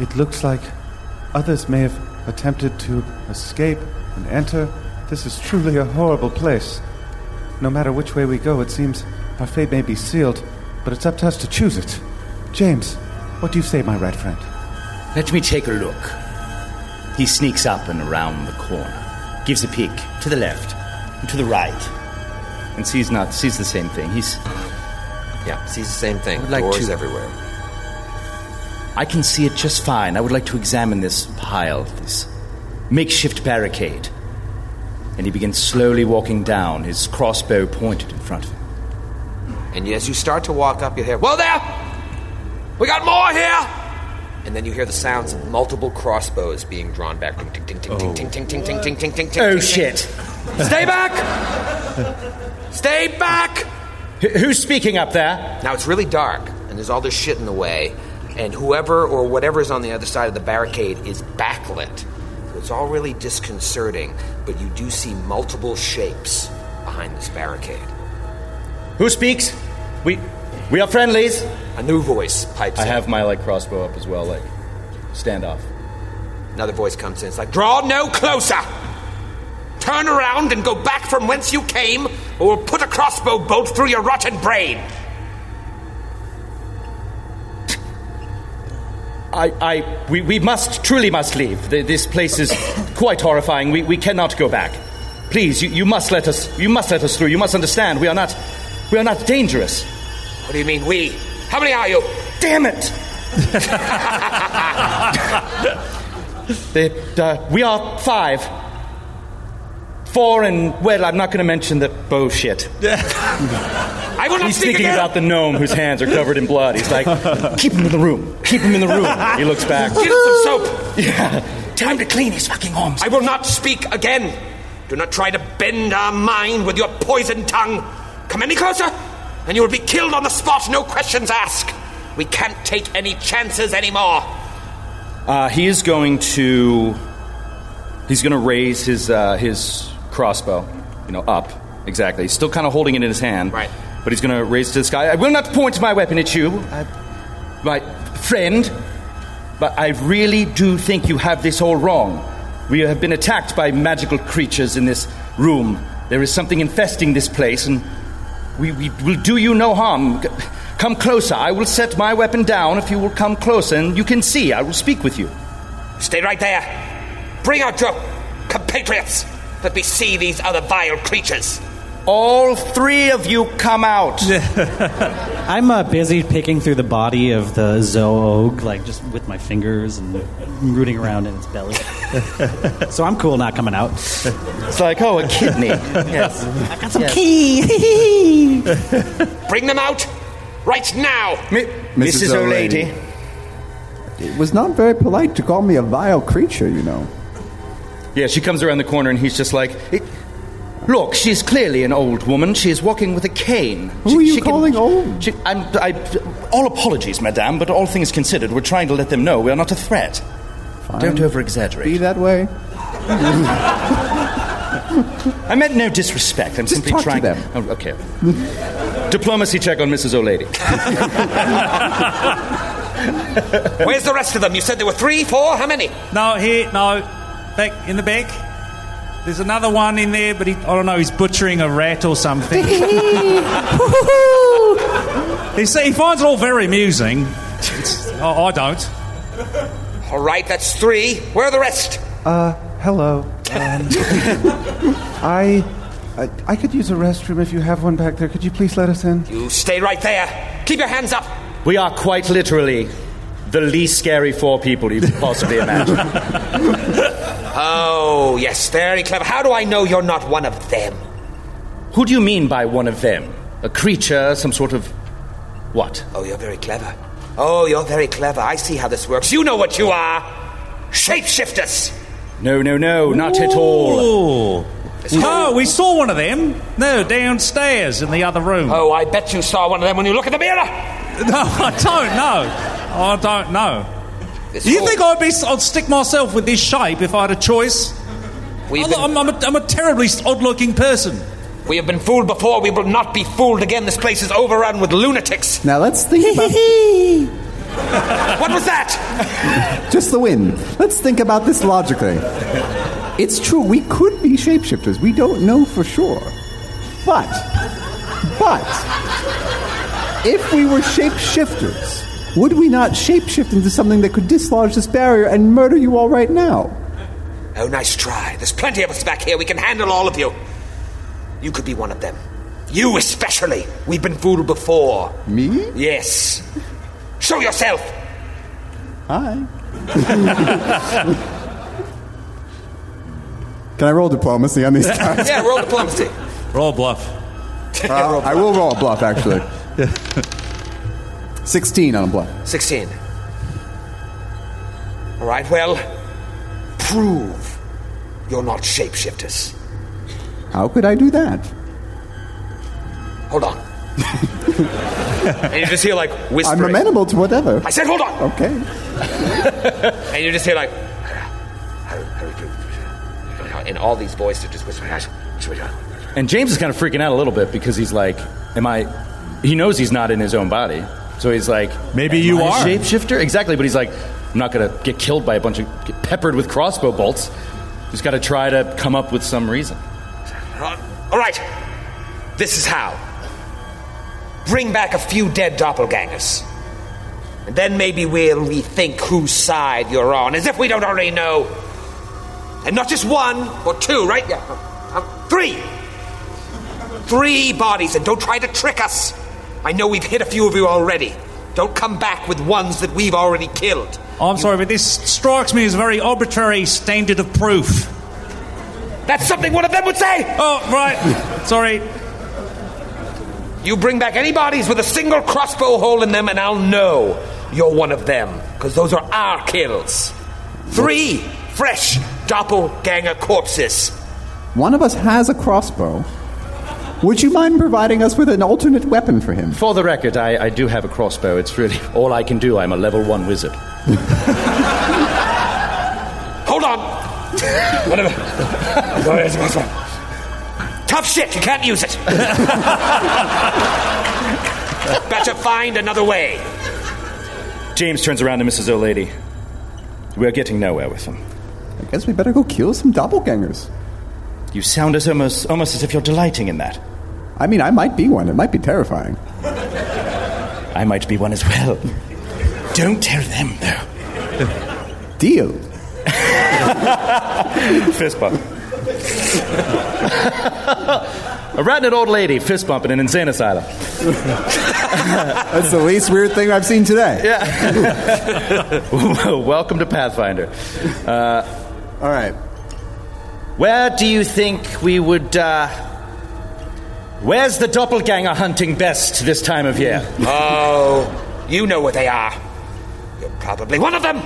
It looks like others may have attempted to escape and enter. This is truly a horrible place. No matter which way we go, it seems our fate may be sealed, but it's up to us to choose it. James, what do you say, my rat friend? Let me take a look. He sneaks up and around the corner, gives a peek to the left and to the right, and sees not sees the same thing. He's Yeah, sees the same thing. Would like Doors to- everywhere. I can see it just fine. I would like to examine this pile, this makeshift barricade. And he begins slowly walking down, his crossbow pointed in front of him. And as you start to walk up, you hear, Well, there! We got more here! And then you hear the sounds of multiple crossbows being drawn back. Ting, ting, ting, ting, ting, ting, ting, ting, ting, ting, ting, ting, Oh, ting, ting. Stay back! Stay back! Wh- who's speaking up there? Now it's really dark, and there's all this shit in the way, and whoever or whatever is on the other side of the barricade is backlit. So it's all really disconcerting, but you do see multiple shapes behind this barricade. Who speaks? We we are friendlies. A new voice pipes I in. have my like crossbow up as well, like standoff. Another voice comes in. It's like, draw no closer. Turn around and go back from whence you came, or we'll put a crossbow bolt through your rotten brain. I, I we, we must truly must leave. Th- This place is [coughs] quite horrifying. We, we cannot go back. Please, you, you must let us you must let us through. You must understand we are not we are not dangerous. What do you mean, we? How many are you? [laughs] Damn it! They- uh, we are five. Four and, well, I'm not going to mention the bullshit. I will not He's speak thinking again. about the gnome whose hands are covered in blood. He's like, keep him in the room. Keep him in the room. He looks back. Get some soap. Yeah. Time to clean his fucking arms. I will not speak again. Do not try to bend our mind with your poison tongue. Come any closer, and you will be killed on the spot, no questions asked. We can't take any chances anymore. Uh, he is going to. He's going to raise his uh, his crossbow, you know, up. Exactly. He's still kind of holding it in his hand. Right. But he's going to raise it to the sky. I will not point my weapon at you, I, my friend. But I really do think you have this all wrong. We have been attacked by magical creatures in this room. There is something infesting this place, and we, we will do you no harm. C- Come closer. I will set my weapon down if you will come closer, and you can see. I will speak with you. Stay right there. Bring out your compatriots. Let me see these other vile creatures. All three of you come [laughs] out. I'm uh, busy picking through the body of the zoog, like just with my fingers and rooting around in its [laughs] belly. so I'm cool not coming out. It's like, oh, [laughs] a kidney. yes. I've got some key. [laughs] Bring them out right now. Mrs. O'Lady. It was not very polite to call me a vile creature, you know. Yeah, she comes around the corner and he's just like, "It- Look, she's clearly an old woman. She is walking with a cane. Who She- are you she can- calling old? She, I'm, I, all apologies, madame, but all things considered, we're trying to let them know we are not a threat. Don't over Be exaggerate. that way. I meant no disrespect. I'm simply talk to trying. them. Oh, okay. [laughs] Diplomacy check on Mrs. O'Lady. [laughs] Where's the rest of them? You said there were three, four? How many? No, here, no, back in the back. There's another one in there, but he, I don't know. He's butchering a rat or something. [laughs] he, sa- he finds it all very amusing. It's, I, I don't. All right, that's three. Where are the rest? Uh, hello. Um, [laughs] I, I I could use a restroom if you have one back there. Could you please let us in? You stay right there. Keep your hands up. We are quite literally the least scary four people you could possibly imagine. [laughs] Oh, yes, very clever. How do I know you're not one of them? Who do you mean by one of them? A creature, some sort of. What? Oh, you're very clever. Oh, you're very clever. I see how this works. You know what you are. Shapeshifters. No, no, no, not at all. Oh. Oh, we saw one of them. No, downstairs in the other room. Oh, I bet you saw one of them when you look in the mirror. [laughs] No, I don't know. I don't know. This Do you whole- think I'd be? I'd stick myself with this shape if I had a choice. we've I'm, been, I'm, I'm, a, I'm a terribly odd-looking person. we have been fooled before. We [laughs] will not be fooled again. This place is overrun with lunatics. Now let's think about what was that? just the wind. Let's think about this logically. It's true, we could be shapeshifters. We don't know for sure. But, but, if we were shapeshifters, would we not shapeshift into something that could dislodge this barrier and murder you all right now? Oh, nice try. There's plenty of us back here. We can handle all of you. You could be one of them. You especially. We've been fooled before. Me? Yes. Show yourself. Hi. [laughs] Can I roll diplomacy on these guys? Yeah, roll diplomacy. Roll bluff. Uh, [laughs] I will roll a [laughs] bluff, actually. 16 on a bluff. 16. All right, well, prove you're not shapeshifters. How could I do that? Hold [laughs] on. and you just hear like I'm whispering. amenable to whatever. I said, hold on. Okay. And you just hear like, and all these voices just whispering. And James is kind of freaking out a little bit because he's like, Am I. He knows he's not in his own body. So he's like, Maybe am you I a are. shapeshifter? Exactly, but he's like, I'm not going to get killed by a bunch of. get peppered with crossbow bolts. Just got to try to come up with some reason. All right, this is how. Bring back a few dead doppelgangers. And then maybe we'll rethink whose side you're on, as if we don't already know. And not just one or two, right? Yeah. uh, uh, Three! Three bodies, and don't try to trick us. I know we've hit a few of you already. Don't come back with ones that we've already killed. I'm sorry, but this strikes me as a very arbitrary standard of proof. That's something one of them would say! Oh, right. Sorry. You bring back any bodies with a single crossbow hole in them, and I'll know you're one of them, because those are our kills. Three fresh doppelganger corpses. One of us has a crossbow. Would you mind providing us with an alternate weapon for him? For the record, I, I do have a crossbow. It's really [laughs] all I can do. I'm a level one wizard. Hold on. [laughs] Whatever. Tough shit, you can't use it. [laughs] Better find another way. James turns around to Mrs. O'Lady. We're getting nowhere with him. I guess we better go kill some doppelgangers. You sound as almost, almost as if you're delighting in that. I mean, I might be one. It might be terrifying. I might be one as well. Don't tell them, though. Deal. [laughs] Fist bump. [laughs] A ratting old lady fist bump in an insane asylum. [laughs] That's the least weird thing I've seen today. Yeah. [laughs] Welcome to Pathfinder. Uh, All right. Where do you think we would? Uh, where's the doppelganger hunting best this time of year? Oh, you know what they are. You're probably one of them.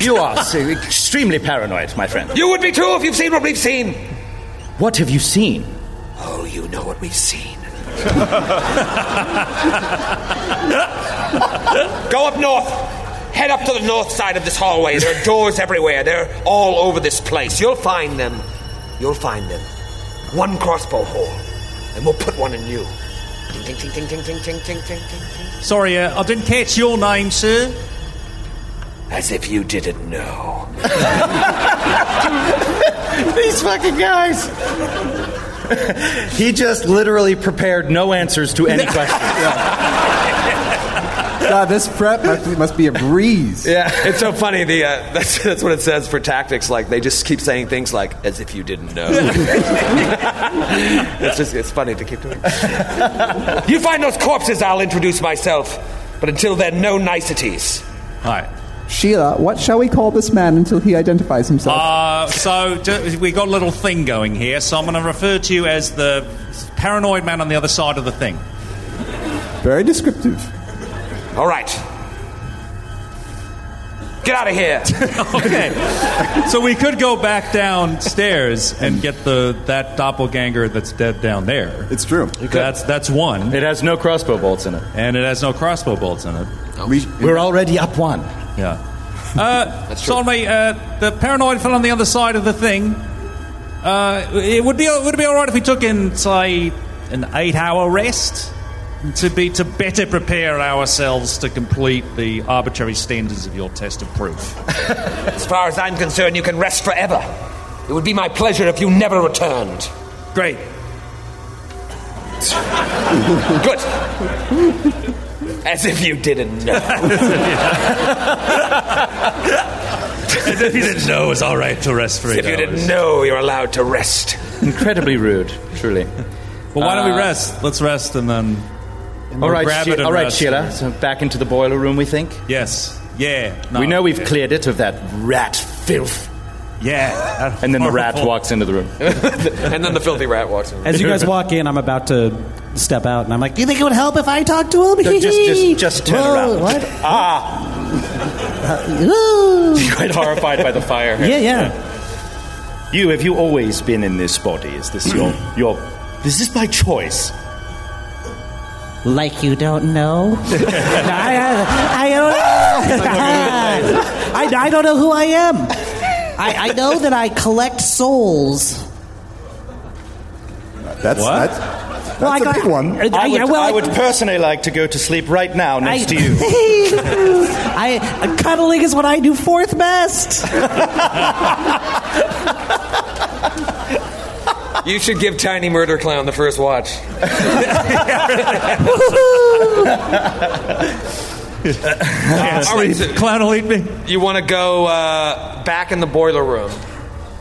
You are [laughs] so extremely paranoid, my friend. You would be too if you've seen what we've seen. What have you seen? Oh, you know what we've seen. [laughs] Go up north. Head up to the north side of this hallway. There are doors everywhere. They're all over this place. You'll find them. You'll find them. One crossbow hole, and we'll put one in you. Ting, ting, ting, ting, ting, ting, ting, ting, ting. Sorry, uh, I didn't catch your name, sir. As if you didn't know. These fucking guys. [laughs] he just literally prepared no answers to [laughs] any questions. God, this prep must, must be a breeze. Yeah, it's so funny. The uh, [laughs] that's that's what it says for tactics. Like they just keep saying things like "as if you didn't [laughs] know." it's just it's funny to keep doing. [laughs] You find those corpses, I'll introduce myself. But until then, no niceties. Hi. Sheila, what shall we call this man until he identifies himself? Uh, so ju- we got a little thing going here, so I'm going to refer to you as the paranoid man on the other side of the thing. Uh, Very descriptive. All right. Get out of [laughs] here. okay. [laughs] So we could go back downstairs and get the that doppelganger that's dead down there. It's true. That's that's one. It has no crossbow bolts in it, and it has no crossbow bolts in it. We're already up one. Yeah. [laughs] Uh, sorry, mate, uh, the paranoid fell on the other side of the thing. Uh, it would be would it be all right if we took in say an eight hour rest to be to better prepare ourselves to complete the arbitrary standards of your test of proof. As far as I'm concerned, you can rest forever. It would be my pleasure if you never returned. Great. Good. As if you didn't know. As if you didn't know, it's all right to rest for As eight if you hours. didn't know, you're allowed to [laughs] rest. [laughs] Incredibly rude, truly. Well, why don't we Uh, rest? Let's rest and then. all we'll right, grab She- it and all right, rest. Sheila. So back into the boiler room, we think. Yes. Yeah. no, we know we've yeah. cleared [laughs] it of that rat filth. Yeah. And then the rat walks into the room. and then the filthy rat walks in. As you [laughs] guys [laughs] walk in, I'm about to step out, and I'm like, "Do you think it would help if I talked to him?" No, [laughs] just- just- just turn Whoa, around. What? [laughs] Ah! Ooh. Quite horrified by [laughs] the fire. Yeah, yeah. You have you always been in this body? Is this [clears throat] your your? Is this by choice? Like you don't [laughs] know. No, I, I, I don't. [laughs] I, I don't know who I am. I, I know that I collect souls. That's What? that's, that's a big one. I, I would, I- well, I I- would personally like to go to sleep right now next [laughs] to you. [laughs] I, cuddling is what I do fourth best. [laughs] You should give Tiny Murder Clown the first watch. All right, so Clown will eat me. you want to go uh, back in the boiler room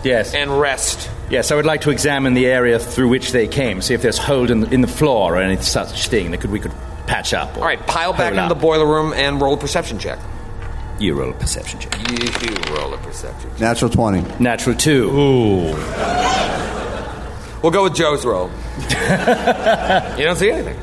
Yes. and rest. Yes, I would like to examine the area through which they came, see if there's hold in, in the floor or any such thing that could we could patch up. Or All right, pile back hole into the up. boiler room and roll a perception check. You roll a perception check. You, you roll a perception. Natural 20. Natural two. We'll go with Joe's [laughs] roll. you don't see anything.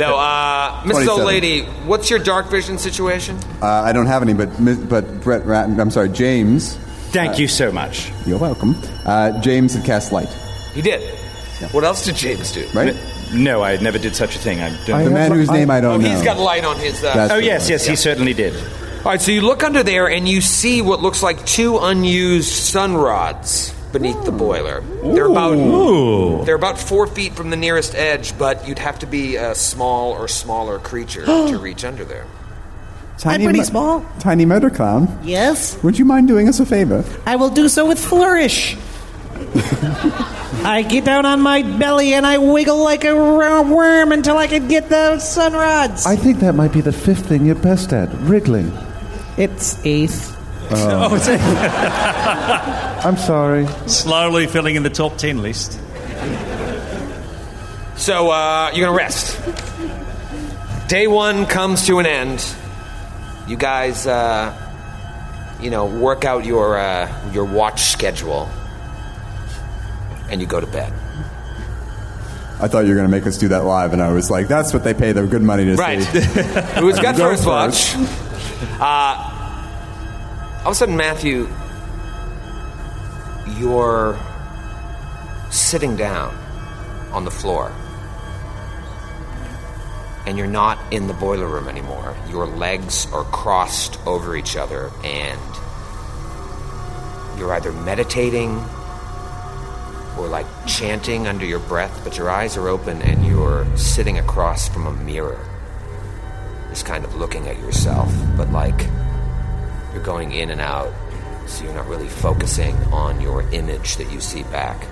No, uh, Mrs. 27. Old Lady, what's your dark vision situation? Uh, I don't have any, but mi- but Brett Ratton, I'm sorry, James. Uh, Thank you so much. You're welcome. Uh, James had cast light, He did. What else did James do? right? No, I never did such a thing. I don't. the man whose name I Oh, don't know. he's got light on his. Uh, That's oh what it yes, was. yes, he certainly did. All right, so you look under there and you see what looks like two unused sun rods beneath the boiler. They're about they're about four feet from the nearest edge, but you'd have to be a small or smaller creature to reach under there. Tiny pretty mu- small. Tiny murder clown. Yes, Would you mind doing us a favor? I will do so with flourish. I get down on my belly and I wiggle like a wor- worm until I can get the sun rods. I think that might be the fifth thing you're best at wriggling. It's [laughs] eighth. [laughs] Oh. Oh, it's Uh, I'm [laughs] sorry. Slowly filling in the top 10 list. So uh, you're gonna rest. Day one comes to an end. You guys, uh, you know, work out your uh, your watch schedule, and you go to bed. I thought you were going to make us do that live, and I was like, that's what they pay their good money to Right. see. [laughs] Who's got Go first watch? Uh, all of a sudden, Matthew, you're sitting down on the floor. And you're not in the boiler room anymore. Your legs are crossed over each other, and you're either meditating or like chanting under your breath, but your eyes are open and you're sitting across from a mirror just kind of looking at yourself, but like you're going in and out, so you're not really focusing on your image that you see back.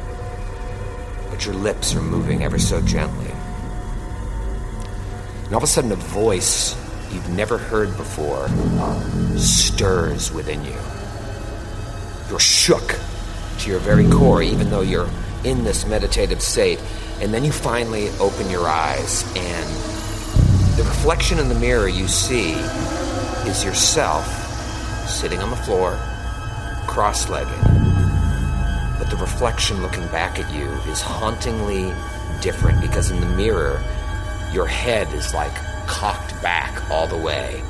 But your lips are moving ever so gently. And all of a sudden, a voice you've never heard before uh, stirs within you. You're shook to your very core, even though you're in this meditative state. And then you finally open your eyes and the reflection in the mirror you see is yourself sitting on the floor, cross legged. But the reflection looking back at you is hauntingly different because in the mirror, your head is like cocked back all the way,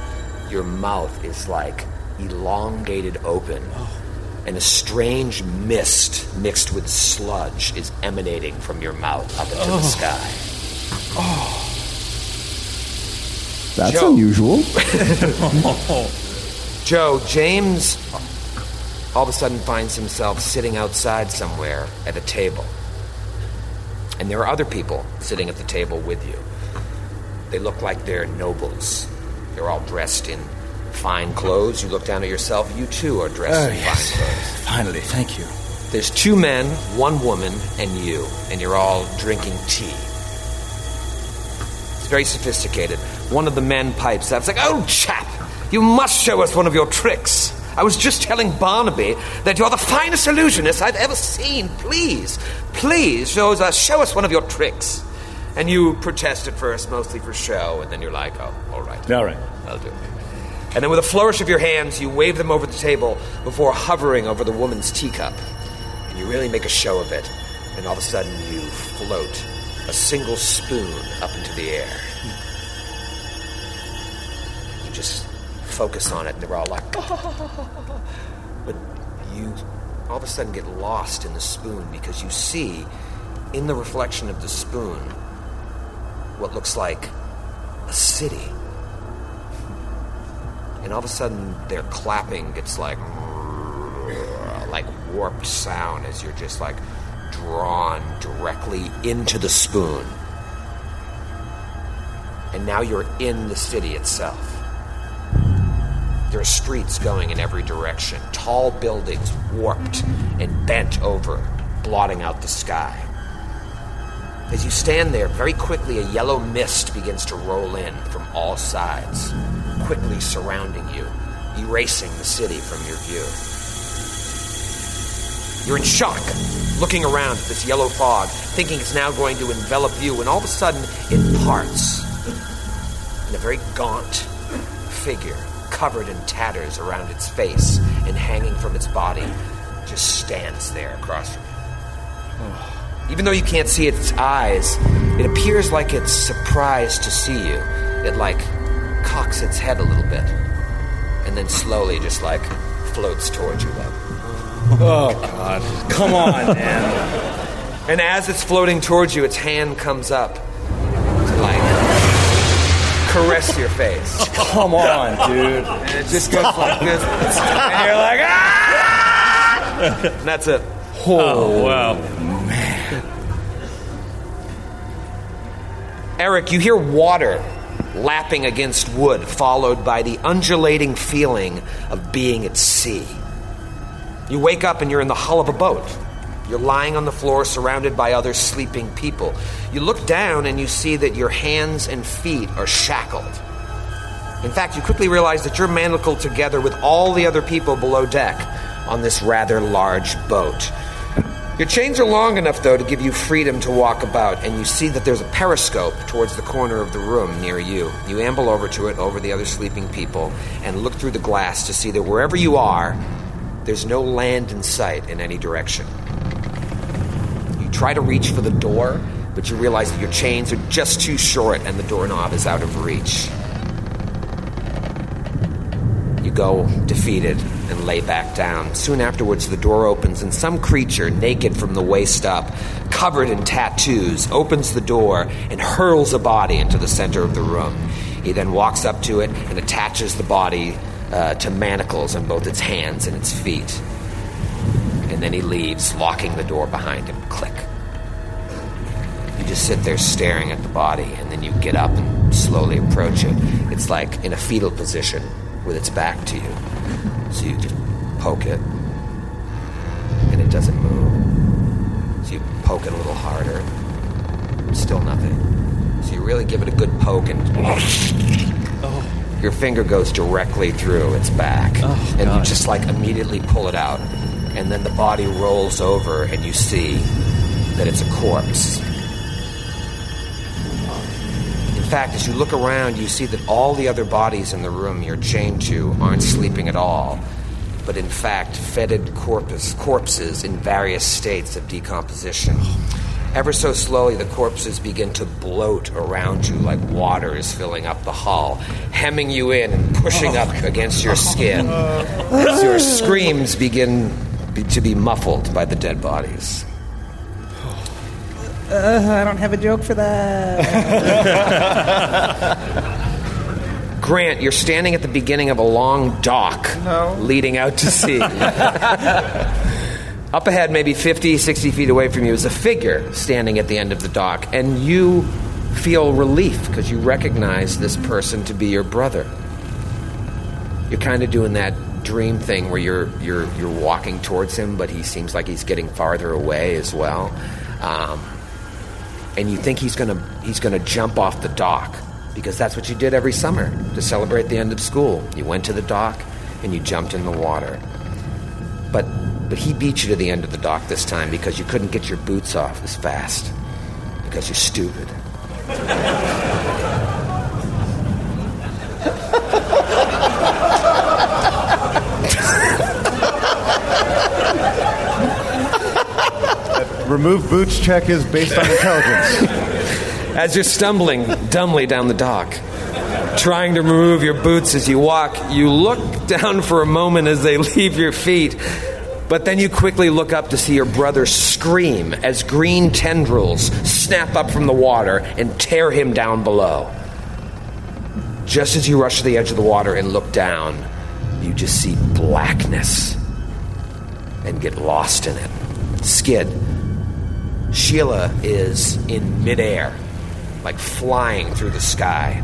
your mouth is like elongated open. And a strange mist mixed with sludge is emanating from your mouth up into Oh. the sky. That's Joe. unusual. [laughs] Joe, James all of a sudden finds himself sitting outside somewhere at a table. And there are other people sitting at the table with you. They look like they're nobles. They're all dressed in fine clothes. You look down at yourself, you too are dressed Oh, in yes. fine clothes. Finally, thank you. There's two men, one woman, and you, and you're all drinking tea. It's very sophisticated. One of the men pipes up. It's like, old chap, you must show us one of your tricks. I was just telling Barnaby that you're the finest illusionist I've ever seen. Please, please show us, uh, show us one of your tricks. And you protest at first, mostly for show, and then you're like, oh, all right. All right. I'll do it. And then with a flourish of your hands, you wave them over the table before hovering over the woman's teacup. And you really make a show of it. And all of a sudden, you float a single spoon up into the air. You just focus on it, and they're all like, but you all of a sudden get lost in the spoon because you see in the reflection of the spoon what looks like a city. And all of a sudden, their clapping gets like like warped sound as you're just like drawn directly into the spoon. And now you're in the city itself. There are streets going in every direction, tall buildings warped and bent over, blotting out the sky. As you stand there, very quickly a yellow mist begins to roll in from all sides, quickly surrounding you, erasing the city from your view. You're in shock, looking around at this yellow fog, thinking it's now going to envelop you, and all of a sudden it parts. And a very gaunt figure, covered in tatters around its face and hanging from its body, just stands there across from you. Even though you can't see its eyes, it appears like it's surprised to see you. It like cocks its head a little bit, and then slowly just like floats towards you. Like, oh God, come on, man! and as it's floating towards you, its hand comes up to like caress your face. Come on, dude. And it just goes like this, and you're like, ah! And [laughs] that's it. Oh, wow. Eric, you hear water lapping against wood, followed by the undulating feeling of being at sea. You wake up and you're in the hull of a boat. You're lying on the floor surrounded by other sleeping people. You look down and you see that your hands and feet are shackled. In fact, you quickly realize that you're manacled together with all the other people below deck on this rather large boat. Your chains are long enough, though, to give you freedom to walk about, and you see that there's a periscope towards the corner of the room near you. You amble over to it, over the other sleeping people, and look through the glass to see that wherever you are, there's no land in sight in any direction. You try to reach for the door, but you realize that your chains are just too short and the doorknob is out of reach. You go defeated and lay back down. Soon afterwards, the door opens, and some creature, naked from the waist up, covered in tattoos, opens the door and hurls a body into the center of the room. He then walks up to it and attaches the body uh, to manacles on both its hands and its feet. And then he leaves, locking the door behind him. Click. You just sit there staring at the body, and then you get up and slowly approach it. It's like in a fetal position with its back to you. So you just poke it, and it doesn't move. So you poke it a little harder, still nothing. So you really give it a good poke, and your finger goes directly through its back. and you just like immediately pull it out. And then the body rolls over, and you see that it's a corpse. In fact, as you look around, you see that all the other bodies in the room you're chained to aren't sleeping at all, but in fact, fetid corpus, corpses in various states of decomposition. Ever so slowly, the corpses begin to bloat around you like water is filling up the hull, hemming you in and pushing up against your skin. As your screams begin be- to be muffled by the dead bodies. Uh, I don't have a joke for [laughs] that. Grant, you're standing at the beginning of a long dock leading out to sea. Up ahead, maybe 50, 60 feet away from you, is a figure standing at the end of the dock, and you feel relief because you recognize this person to be your brother. You're kind of doing that dream thing where you're, you're, you're walking towards him, but he seems like he's getting farther away as well. Um, and you think he's gonna he's gonna jump off the dock because that's what you did every summer to celebrate the end of school. You went to the dock and you jumped in the water. But but he beat you to the end of the dock this time because you couldn't get your boots off as fast because you're stupid. [laughs] Remove boots check is based on intelligence. As you're stumbling dumbly down the dock, trying to remove your boots as you walk, you look down for a moment as they [laughs] leave your feet, but then you quickly look up to see your brother scream as green tendrils snap up from the water and tear him down below. Just as you rush to the edge of the water and look down, you just see blackness and get lost in it. Skid, Sheila is in midair, like flying through the sky.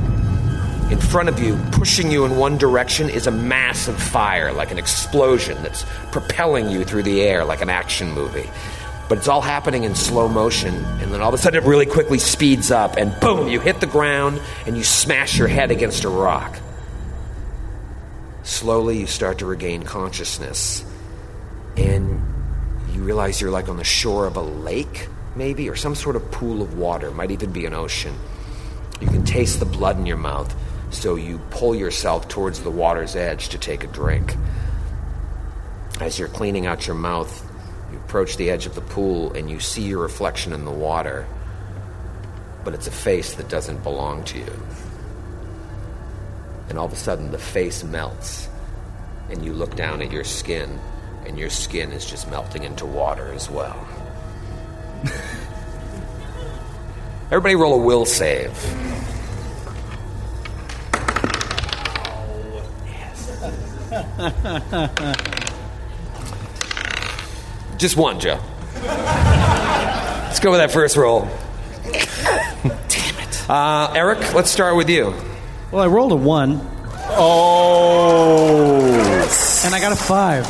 In front of you, pushing you in one direction, is a mass of fire, like an explosion that's propelling you through the air like an action movie. But it's all happening in slow motion, and then all of a sudden it really quickly speeds up, and boom, you hit the ground and you smash your head against a rock. Slowly, you start to regain consciousness, and you realize you're like on the shore of a lake, maybe, or some sort of pool of water, might even be an ocean. You can taste the blood in your mouth, so you pull yourself towards the water's edge to take a drink. As you're cleaning out your mouth, you approach the edge of the pool and you see your reflection in the water, but it's a face that doesn't belong to you. And all of a sudden, the face melts, and you look down at your skin, and your skin is just melting into water as well. [laughs] Everybody roll a will save. [laughs] Just one, Joe. Let's go with that first roll. [laughs] Damn it. Uh, Eric, let's start with you. Well, I rolled a one. Oh. And I got a five.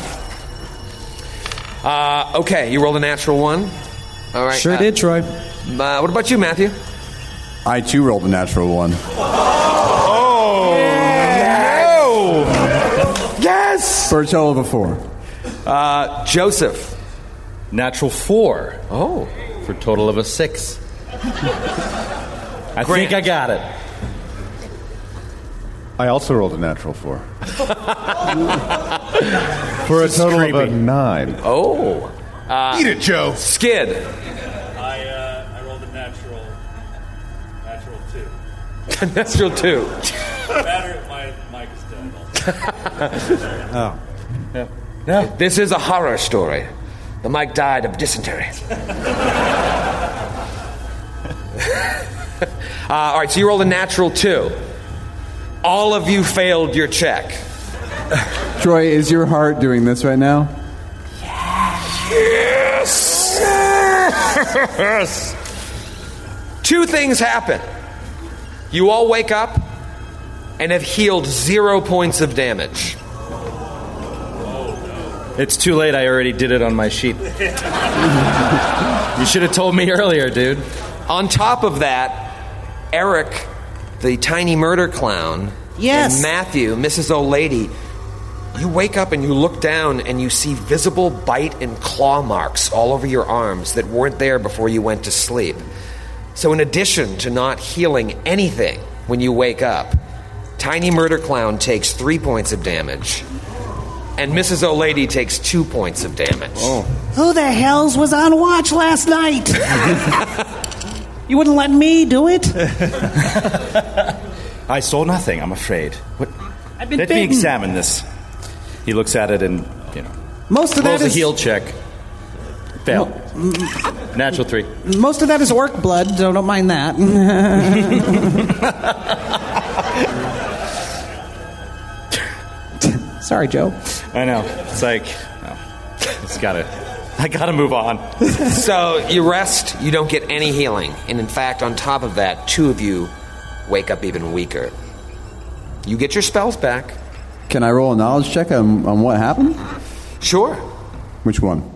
Uh, okay, you rolled a natural one. All right. Sure did, Troy. Uh, what about you, Matthew? I too rolled a natural one. Oh Yes! For a total of a four. no! Uh, Joseph. Natural four. Oh. For a total of [laughs] a six. I think I got it. I also rolled a natural four. For a total of a nine. Oh. Uh, Eat it, Joe. Skid. I, uh, I rolled a natural, natural two. [laughs] natural two. Better, my mic is dead. oh. This is a horror story. The Mike died of dysentery. [laughs] Uh, all right, so you rolled a natural two. All of you failed your check. Troy, is your heart doing this right now? Yes! Yes! Two things happen. You all wake up and have healed zero points of damage. It's too late. I already did it on my sheet. you should have told me earlier, dude. On top of that, Eric, the tiny murder clown, Yes. and Matthew, Mrs. Old Lady, you wake up and you look down and you see visible bite and claw marks all over your arms that weren't there before you went to sleep. So, in addition to not healing anything when you wake up, Tiny Murder Clown takes three points of damage, and Mrs. Old Lady takes two points of damage. Oh. Who the hells was on watch last night? you wouldn't let me do it? I saw nothing, I'm afraid. What? I've been Let me bitten. examine this. He looks at it and, you know. Most of rolls that a is- heel check. Fail. Natural three. Most of that is orc blood, so don't mind that. [laughs] Sorry, Joe. I know. It's like, no. It's gotta, I gotta move on. [laughs] so you rest, you don't get any healing. And in fact, on top of that, two of you wake up even weaker. You get your spells back. Can I roll a knowledge check on, on what happened? Sure. Which one?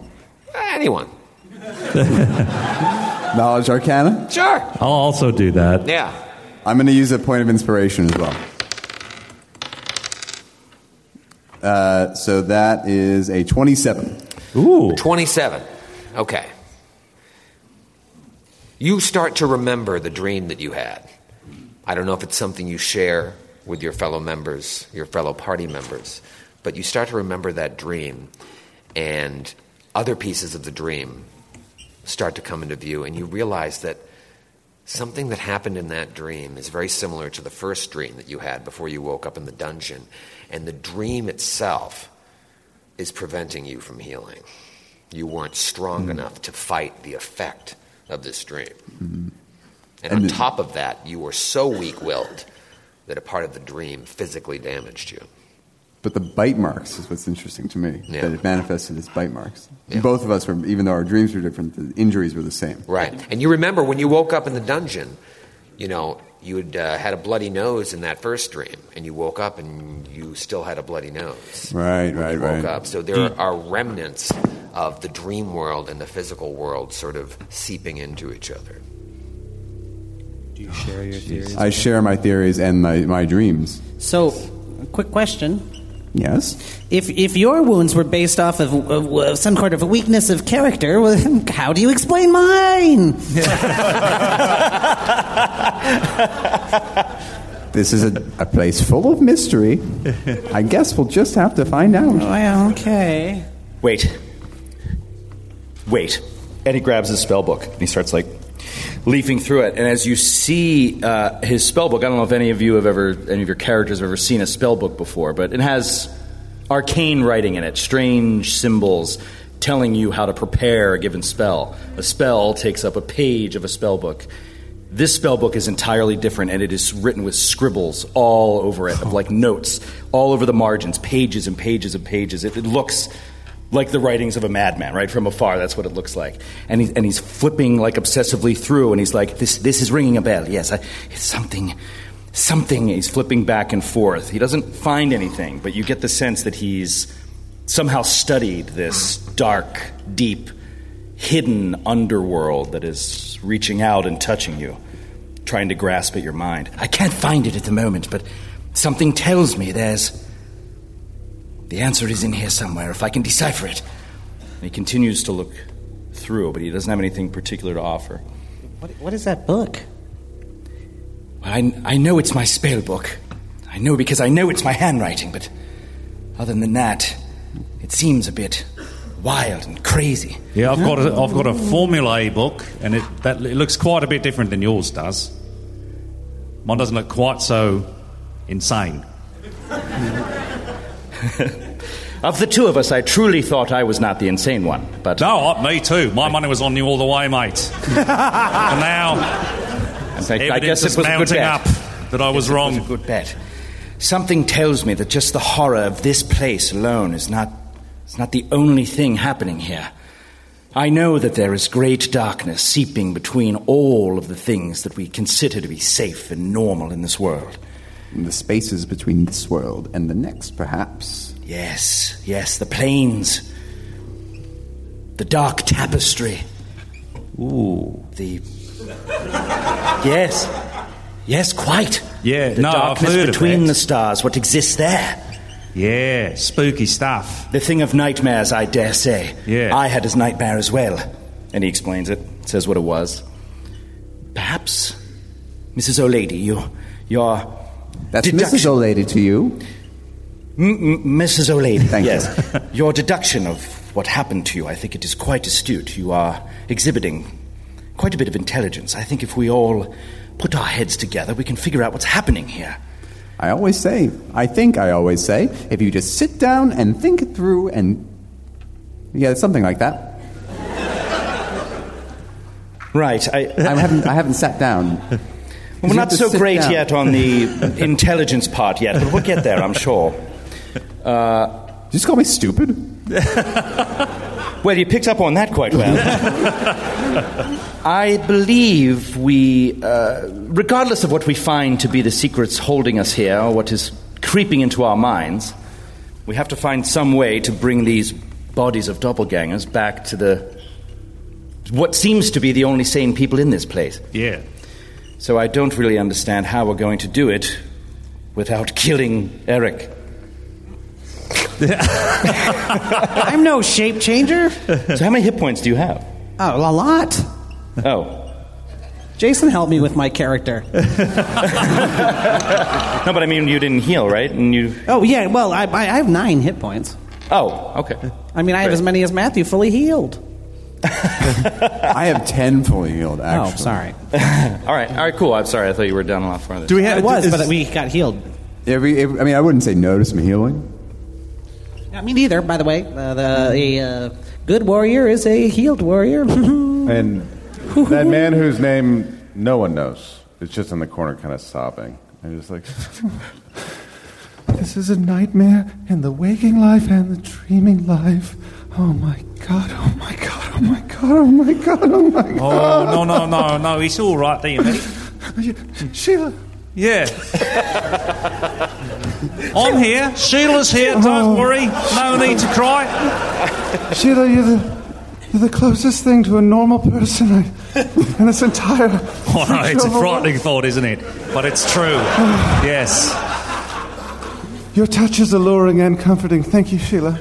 Anyone. [laughs] Knowledge Arcana? Sure. I'll also do that. Yeah. I'm going to use a point of inspiration as well. Uh, so that is a 27. Ooh. 27. Okay. You start to remember the dream that you had. I don't know if it's something you share with your fellow members, your fellow party members, but you start to remember that dream and other pieces of the dream start to come into view and you realize that something that happened in that dream is very similar to the first dream that you had before you woke up in the dungeon and the dream itself is preventing you from healing. You weren't Mm. strong enough to fight the effect of this dream. Mm-hmm. And, on top of that, you were so weak willed that a part of the dream physically damaged you. But the bite marks is what's interesting to me. Yeah. That it manifested as bite marks. Both of us were, even though our dreams were different, the injuries were the same. Mm-hmm. Right. And you remember when you woke up in the dungeon, you know, you had uh, had a bloody nose in that first dream, and you woke up and you still had a bloody nose. Right, right, woke right. up. So Mm. there are remnants of the dream world and the physical world sort of seeping into each other. Do you share your theories? I share my theories and my, my dreams. So, quick question. Yes? If, if your wounds were based off of, of, of some sort of weakness of character, well, [laughs] how do you explain mine? This is a, a place full of mystery. I guess we'll just have to find out. Well, okay. Wait. Wait. And he grabs his spell book and he starts like leafing through it. And as you see uh, his spell book, I don't know if any of you have ever, any of your characters have ever seen a spell book before, but it has arcane writing in it, strange symbols telling you how to prepare a given spell. A spell takes up a page of a spell book. This spell book is entirely different, and it is written with scribbles all over it, of like notes all over the margins, pages and pages and pages. It, it looks like the writings of a madman, right? From afar, that's what it looks like. And he's, and he's flipping like obsessively through, and he's like, this, this is ringing a bell. Yes, I, it's something, something. He's flipping back and forth. He doesn't find anything, but you get the sense that he's somehow studied this dark, deep, hidden underworld that is reaching out and touching you, trying to grasp at your mind. I can't find it at the moment, but something tells me there's. The answer is in here somewhere, if I can decipher it. And he continues to look through, but he doesn't have anything particular to offer. What, what is that book? I, I know it's my spell book. I know because I know it's my handwriting, but other than that, it seems a bit wild and crazy. [laughs] Yeah, I've got a, I've got a formulae book, and it that it looks quite a bit different than yours does. Mine doesn't look quite so insane. Of the two of us, I truly thought I was not the insane one, but. No, I- me too. My money was on you all the way, mate. [laughs] and now, I, I guess evidence it is was a good mounting bet. up that I was It wrong. a good bet. Something tells me that just the horror of this place alone is not, is not the only thing happening here. I know that there is great darkness seeping between all of the things that we consider to be safe and normal in this world. In the spaces between this world and the next, perhaps. Yes, yes, the plains, the dark tapestry. Ooh. The. Yes, yes, quite. Yeah, the no, I've darkness heard of between it. the stars, what exists there. Yeah, spooky stuff. The thing of nightmares, I dare say. Yeah. I had his nightmare as well. And he explains it, says what it was. Perhaps, Mrs. O'Lady, you, your That's Mrs. O'Lady to you. M- m- Mrs. O'Lady, Thank yes. Your deduction of what happened to you, I think it is quite astute. You are exhibiting quite a bit of intelligence. I think if we all put our heads together, we can figure out what's happening here. I always say, I think I always say, if you just sit down and think it through and. Yeah, something [laughs] like that. Right, I, I haven't, I haven't [laughs] sat down. We're You not have to so sit great down. yet on the intelligence part yet, but we'll get there, I'm sure. Uh, just call me [laughs] stupid. well, you picked up on that quite [laughs] well. I believe we, uh, regardless of what we find to be the secrets holding us here, or what is creeping into our minds, we have to find some way to bring these bodies of doppelgangers back to the what seems to be the only sane people in this place. Yeah. So I don't really understand how we're going to do it without [laughs] killing Eric. [laughs] I'm no shape changer. So how many hit points do you have? Oh, a lot. Oh. Jason helped me with my character. No, but I mean you didn't heal, right? And you Oh, yeah, well, I, I I have nine hit points. Oh, okay. I mean, I have as many as Matthew fully healed. [laughs] I have 10 fully healed, actually. Oh, sorry. All right, all right, cool. I'm sorry. I thought you were down a lot farther. It was, but we got healed. Every, every, I mean, I wouldn't say no to some healing. Yeah, me neither, by the way. Uh, the, a uh, good warrior is a healed warrior. [laughs] And that man whose name no one knows is just in the corner, kind of sobbing. And just like, [laughs] This is a nightmare in the waking life and the dreaming life. Oh my god, oh my god, oh my god, oh my god, oh my god. Oh, no, no, no, no. It's all right there, mate. Sheila. [laughs] Yeah. I'm here. Sheila's here. Don't worry. No need to cry. oh. [laughs] Sheila, you're the, you're the closest thing to a normal person [laughs] I, in this entire. Oh, no, it's a virtual world. frightening thought, isn't it? But it's [sighs] true. Yes. Your touch is alluring and comforting. Thank you, Sheila.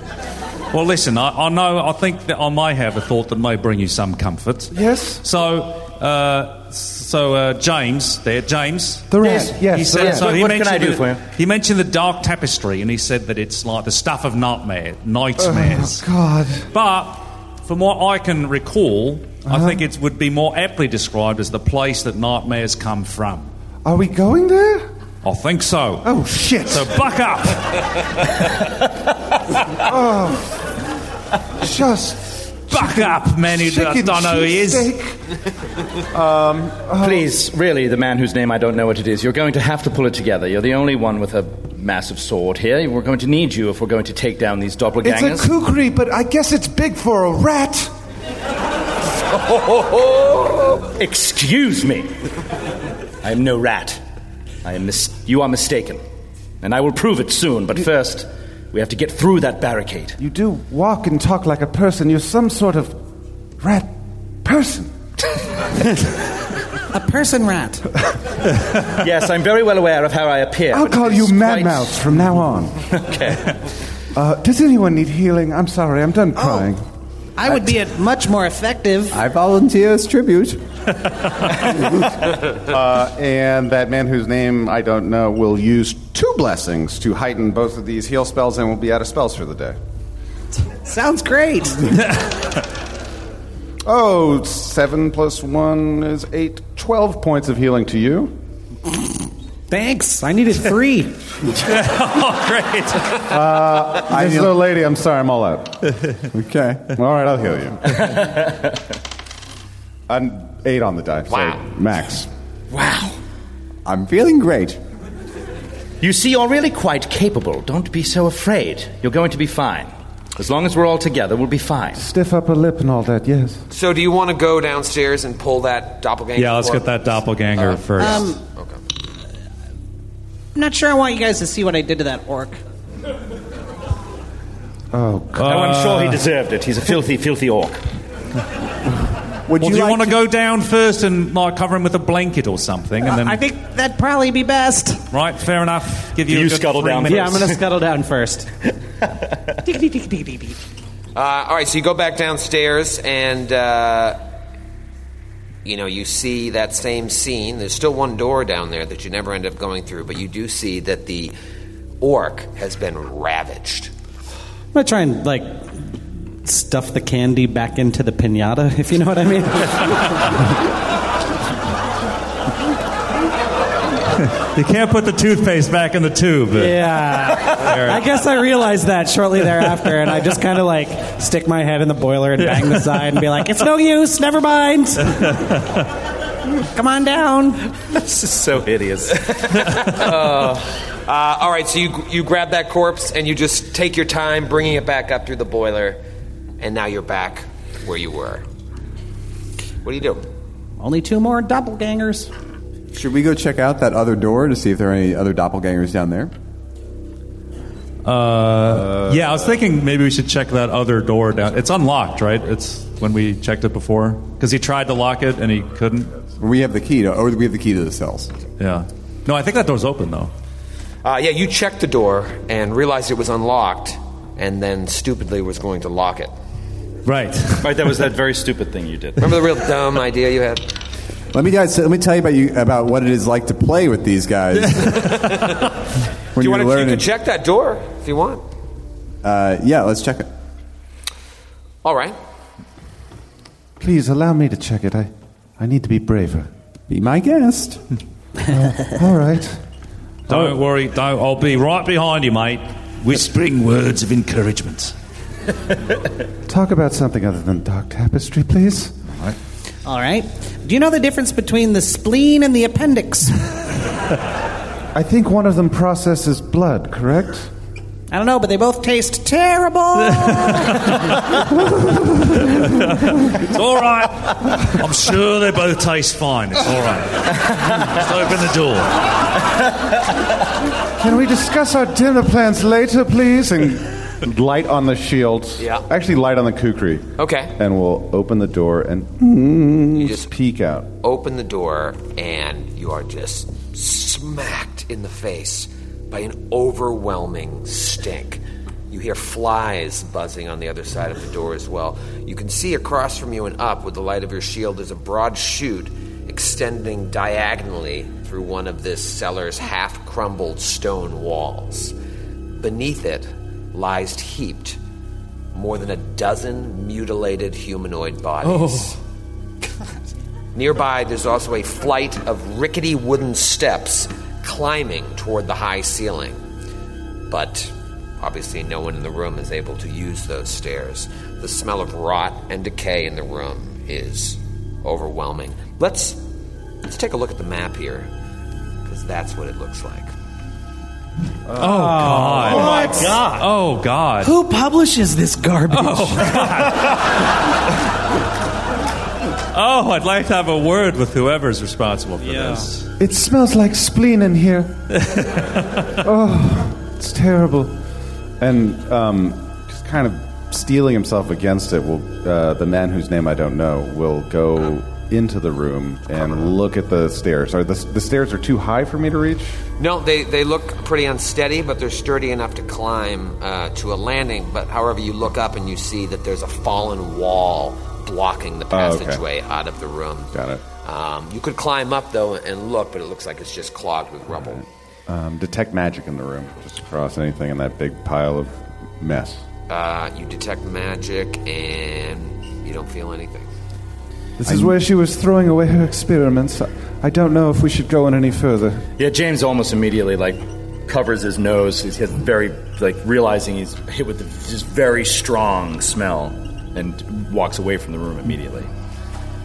Well, listen, I, I know, I think that I may have a thought that may bring you some comfort. Yes? So, uh, so uh, James, there, James. The rat, Yes. yes, He the said, rat. So he What can I mentioned do the- for you? He mentioned the dark tapestry, and he said that it's like the stuff of nightmare, nightmares. Oh, God. But from what I can recall, I Uh-huh. think it would be more aptly described as the place that nightmares come from. Are we going there? I think so. Oh, shit. So buck up. Ah. Oh. Just. Buck up, man who chicken don't know who he is. [laughs] cheesesteak. Um, Please, really, the man whose name I don't know what it is. You're going to have to pull it together. You're the only one with a massive sword here. We're going to need you if we're going to take down these it's doppelgangers. a kukri, but I guess it's big for a rat. [laughs] Excuse me. I am no rat. I am mis- you are mistaken. And I will prove it soon, but first, We have to get through that [laughs] barricade. You do walk and talk like a person. You're some sort of rat person. [laughs] A person rat. yes, I'm very well aware of how I appear. I'll but call it's you Mad quite- Mouse from now on. [laughs] Okay. Uh, does anyone need healing? I'm sorry, I'm Oh. done crying. I would be a much more effective. I volunteer as tribute. uh, and that man whose name I don't know will use two blessings to heighten both of these heal spells and will be out of spells for the day. Sounds [laughs] great. Oh, seven plus one is eight. Twelve points of healing to you. Thanks. I needed three. oh, great. Uh, I this little lady, I'm sorry, I'm all [laughs] out. Okay. All right, I'll [laughs] heal you. I'm eight on the die. Wow. max. I'm feeling great. You see, you're really quite capable. Don't be so afraid. You're going to be fine. As long as we're all together, we'll be fine. Stiff upper lip and all that, yes. So, do you want to go downstairs and pull that doppelganger? Yeah, let's for- get that doppelganger first. Um, I'm not sure I want you guys to see what I did to that orc. Oh, Uh, Oh, I'm sure he deserved it. He's a filthy, filthy orc. Would well, do you like want to go down first and like cover him with a blanket or something, and then Uh, I think that'd probably be best. right? Fair enough. Give you, You a good scuttle three down minutes. Yeah, I'm going to scuttle down first. Diggity, diggity, diggity, diggity. Uh, all right, so you go back downstairs and. Uh, you know, you see that same scene. There's still one door down there that you never end up going through, but you do see that the orc has been ravaged. I'm going to try and, like, stuff the candy back into the pinata, if you know what I mean. [laughs] You can't put the toothpaste back in the tube. Yeah. I guess I realized that shortly thereafter, and I just kind of like stick my head in the boiler and [laughs] bang the side and be like, [laughs] it's no use, never mind. Come on down. This is so hideous. [laughs] Uh, all right, so you you grab that corpse and you just take your time bringing it back up through the boiler, and now you're back where you were. What do you do? Only two more doppelgangers. Should we go check out that other door to see if there are any other doppelgangers down there? Uh, yeah, I was thinking maybe we should check that other door down. It's unlocked, right? It's when we checked it before because he tried to lock it and he couldn't. We have the key to, or we have the key to the cells. Yeah. No, I think that door's open though. Uh, yeah, you checked the door and realized it was unlocked, and then stupidly was going to lock it. Right. [laughs] Right, that was that very stupid thing you did. Remember the real dumb idea you had? Let me guys. Let me tell you about you about what it is like to play with these guys. when Do you you're want to you learning, can check that door if you want? uh, yeah, let's check it. All right. Please allow me to check it. I, I need to be braver. Be my guest. All right. Don't worry. Don't. I'll be right behind you, mate. Whispering words of encouragement. Talk about something other than dark tapestry, please. All right. Do you know the difference between the spleen and the appendix? I think one of them processes blood, correct? I don't know, but they both [laughs] taste terrible. It's all right. I'm sure they both taste fine. It's all right. Just open the door. Can we discuss our dinner plans later, please? And Light on the shields. Yeah. Actually, light on the kukri. Okay. And we'll open the door and You just peek out. open the door, and you are just smacked in the face by an overwhelming stink. You hear flies buzzing on the other side of the door as well. You can see across from you and up with the light of your shield, there's a broad chute extending diagonally through one of this cellar's half crumbled stone walls. Beneath it lies heaped more than a dozen mutilated humanoid bodies. Nearby, there's also a flight of rickety wooden steps climbing toward the high ceiling. But obviously, no one in the room is able to use those stairs. The smell of rot and decay in the room is overwhelming. Let's let's take a look at the map here, because that's what it looks like. Oh God. Oh my God. Oh God. Who publishes this garbage? Oh, I'd like to have a word with whoever's responsible for this. it smells like spleen in here. oh, it's terrible. And um, just kind of steeling himself against it, will uh, the man whose name I don't know will go into the room and look at the stairs. Are the, the stairs are too high for me to reach? No, they, they look pretty unsteady, but they're sturdy enough to climb uh, to a landing. But however, you look up and you see that there's a fallen wall blocking the Oh, okay. passageway out of the room. Got it. Um, you could climb up though and look, but it looks like it's just clogged with rubble. Um, detect magic in the room. Just across anything in that big pile of mess. Uh, you detect magic, and you don't feel anything. This is where she was throwing away her experiments. I- I don't know if we should go on any further. Yeah, James almost immediately like covers his nose. He's has very like realizing he's hit with this very strong smell and walks away from the room immediately.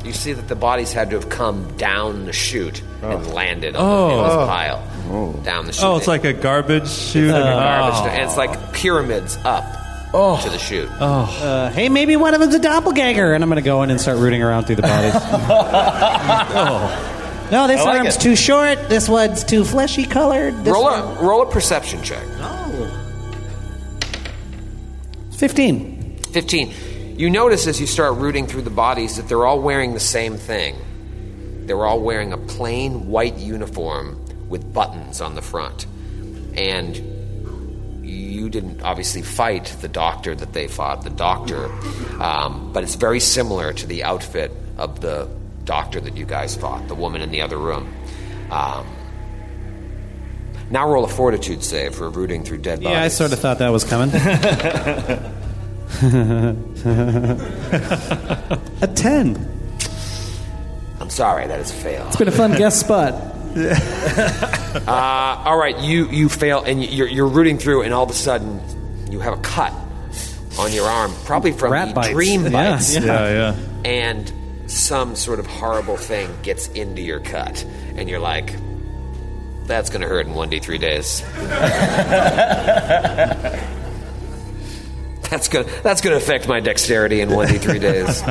You see that the bodies had to have come down the chute and landed on Oh. the in this Oh. pile. Down the chute. Oh, it's like a garbage chute. It's like a garbage Oh. and it's like pyramids up to the chute. Uh, hey, maybe one of them's a doppelganger, and I'm going to go in and start rooting around through the bodies. [laughs] No, this I like arm's it. too short. This one's too fleshy colored. This Roll one- a, roll a perception check. 15. 15. You notice as you start rooting through the bodies that they're all wearing the same thing. They're all wearing a plain white uniform with buttons on the front. And you didn't obviously fight the doctor that they fought, the doctor, um, but it's very similar to the outfit of the doctor that you guys fought, the woman in the other room. Um, now roll a fortitude save for rooting through dead bodies. yeah, I sort of thought that [laughs] was coming. [laughs] a 10. I'm sorry, that is a fail. It's been a fun guest spot. [laughs] Uh, all right, you you fail, and you're you're rooting through, and all of a sudden you have a cut on your arm, probably from [laughs] Rat the bites. dream Yeah. bites. Yeah, yeah. And some sort of horrible thing gets into your cut, and you're like, "That's gonna hurt in one d three days. that's gonna that's gonna affect my dexterity in one d three [laughs] days."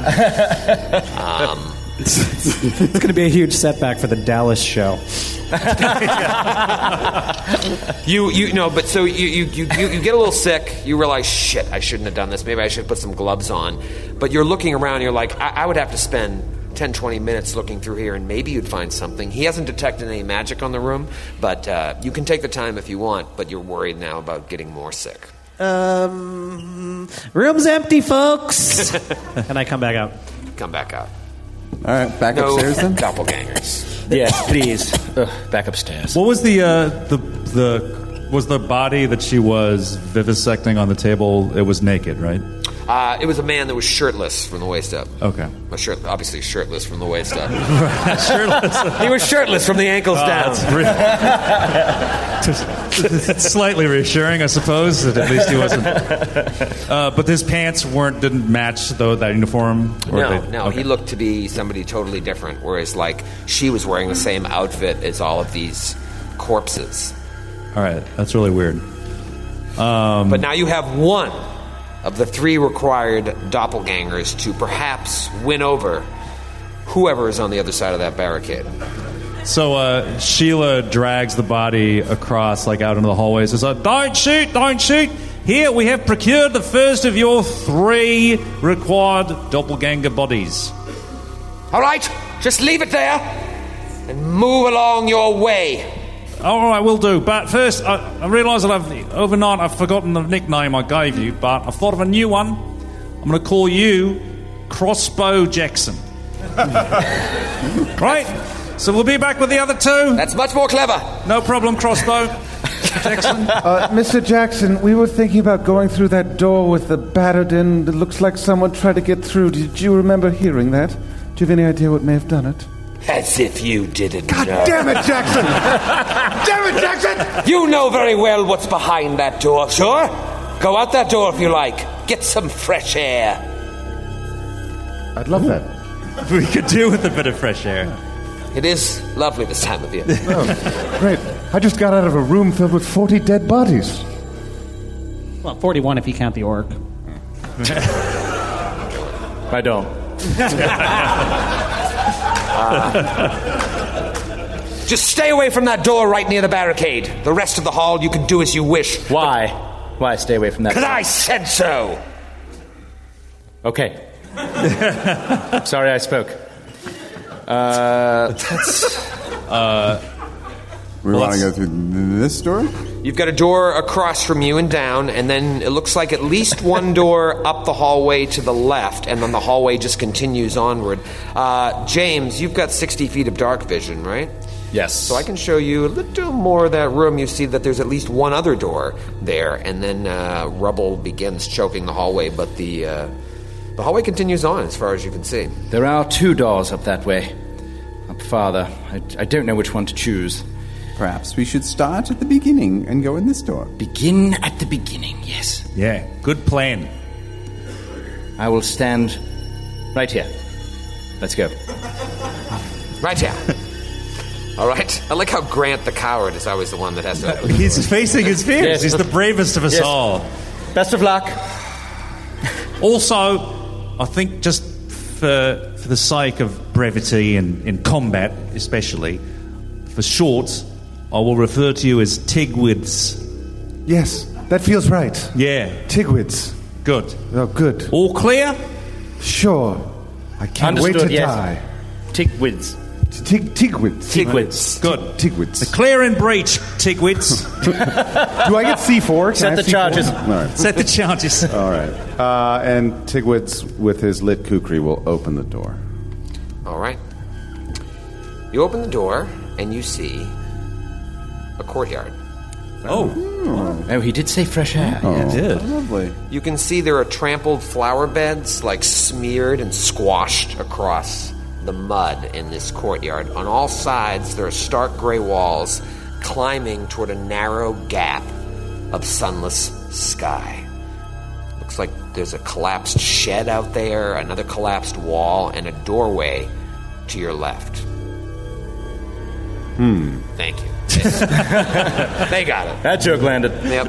Um, it's going to be a huge setback for the Dallas show. You you no, but so you you, you you you get a little sick. You realize shit, I shouldn't have done this. Maybe I should put some gloves on. But you're looking around. You're like, I, I would have to spend 10, 20 minutes looking through here, and maybe you'd find something. He hasn't detected any magic on the room, but uh, you can take the time if you want. But you're worried now about getting more sick. [laughs] Um, room's empty, folks. and I come back out. Come back out. All right, back no upstairs then. doppelgangers. Yes, please. Ugh, back upstairs. What was the uh, the the was the body that she was vivisecting on the table? It was [laughs] naked, right? Uh, it was a man that was shirtless from the waist up. Okay. A shirt, obviously shirtless from the waist [laughs] up. shirtless. he was shirtless from the ankles Oh, down. It's slightly reassuring, I suppose. That at least [laughs] he wasn't. Uh, but his pants weren't didn't match though that uniform. no, they- no, okay. he looked to be somebody totally different. Whereas, like, she was wearing the same outfit as all of these corpses. All right, that's really weird. Um, But now you have one of the three required doppelgangers to perhaps win over whoever is on the other side of that barricade. So uh, Sheila drags the body across, like out into the hallways. It's like, don't shoot, don't shoot. Here we have procured the first of your three required doppelganger bodies. All right, just leave it there and move along your way. All right, will do. But first, I, I realise that I've overnight I've forgotten the nickname I gave you, but I thought of a new one. I'm going to call you Crossbow Jackson. [laughs] right. So we'll be back with the other two. That's much more clever. No problem, Crossbow. Jackson. [laughs] Uh, Mr. Jackson, we were thinking about going through that door with the battered in. It looks like someone tried to get through. Did you remember hearing that? Do you have any idea what may have done it? As if you didn't God know. damn it, Jackson! [laughs] damn it, Jackson! You know very well what's behind that door, sure? Go out that door if you like. Get some fresh air. I'd love that. [laughs] we could do with a bit of fresh air. It is lovely this time [laughs] of year. Oh. Great. I just got out of a room filled with 40 dead bodies. Well, 41 if you count the orc. I don't. [laughs] Just stay away from that door right near the barricade. The rest of the hall, you can do as you wish. Why? Why stay away from that? Because I said so. Okay. [laughs] Sorry, I spoke. Uh, that's. Uh, we want to go through this door? You've got a door across from you and down, and then it looks like at [laughs] least one door up the hallway to the left, and then the hallway just continues onward. Uh, James, you've got 60 feet of dark vision, right? Yes. So I can [laughs] show you a little more of that room. You see that there's at least one other door there, and then uh, rubble begins choking the hallway, but the, uh, the hallway continues on as far as you can see. There are two doors up that way, up farther. I, I don't know which one to choose. Perhaps we should start at the beginning and go in this door. Begin at the beginning, yes. Yeah, good plan. I will stand right here. Let's go. Right here. All right. [laughs] I like how Grant the coward is always the one that has to. [laughs] He's facing his fears. Yes. He's the bravest of us Yes. all. Best of luck. Also, I think just for for the sake of brevity and in combat, especially for short, I will refer to you as Tigwids. Yes, that feels right. Yeah, Tigwids. Good. Oh, good. All clear? Sure. I can't wait Understood, to yes. die. Tigwids. Tig- tigwids. Tigwids. Good. Tigwids. The clear and breach, [laughs] Tigwids. Do I get Ah, C4? Can Set I the C4? charges. All [laughs] right. Set the charges. [laughs] All right. Uh, and Tigwitz, with his lit kukri, will open the door. All right. You open the door and you see a courtyard. Oh. Oh, he did say fresh air. Oh. He did. [laughs] Lovely. You can see there are trampled flower beds, like smeared and squashed across the mud in this courtyard. On all sides, there are stark gray walls climbing toward a narrow gap of sunless sky. Looks like there's a collapsed shed out there, another collapsed wall, and a doorway to your left. Hmm. Thank you. [laughs] they got it. That joke landed. Yep.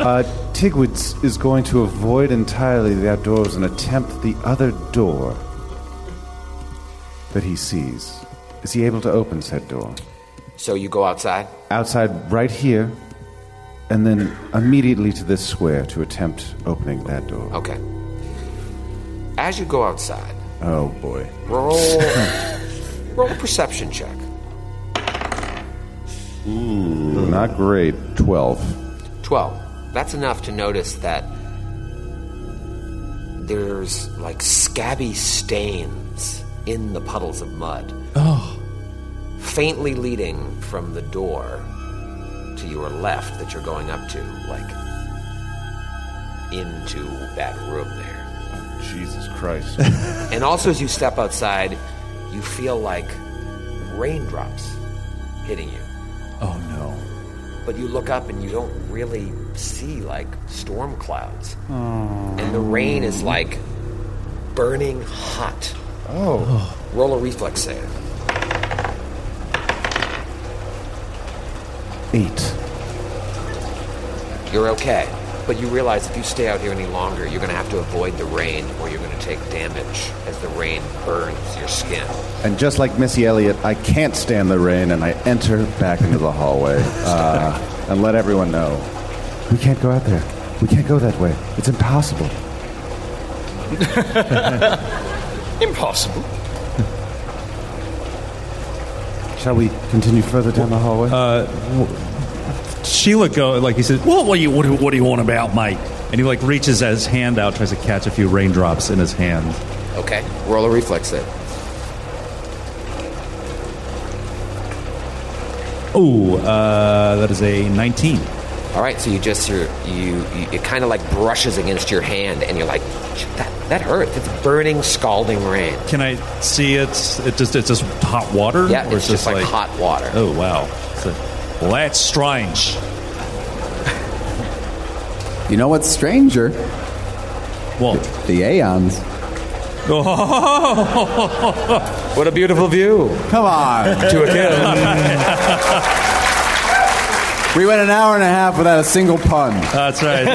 Uh, Tigwitz is going to avoid entirely the outdoors and attempt the other door that he sees. Is he able to open said door? So you go outside. Outside, right here, and then immediately to this square to attempt opening that door. Okay. As you go outside, Oh, boy. roll roll a perception check. Ooh, not great. 12. 12. That's enough to notice that there's like scabby stains in the puddles of mud, Oh. faintly leading from the door to your left that you're going up to, like into that room there. Jesus [laughs] Christ. and also, as you step outside, you feel like raindrops hitting you. Oh no. But you look up and you don't really see like storm clouds. Oh. And the rain is like burning hot. Oh. Roll a reflex save. Eight. You're okay. But you realize if you stay out here any longer, you're going to have to avoid the rain or you're going to take damage as the rain burns your skin. And just like Missy Elliott, I can't stand the rain, and I enter back into the [laughs] hallway uh, and let everyone know. We can't go out there. We can't go that way. It's impossible. [laughs] Impossible. Shall we continue further down the hallway? Uh, w- Sheila go like he says, "What? What do you? What do, what do you want about, mate?" And he like reaches his hand out, tries to catch a few raindrops in his hand. Okay. Roll a reflex save. Oh, uh, that is a nineteen. All right, so you just you're, you, you it kind of like brushes against your hand, and you're like, that that hurts. It's burning, scalding rain. Can I see it? It just it's just hot water. Yeah, it's just like hot water. Oh wow. So- well, that's strange. [laughs] You know what's stranger? What? The, the Aeons. What a beautiful view. Come on. To a kill. we went an hour and a half without a single pun. That's right.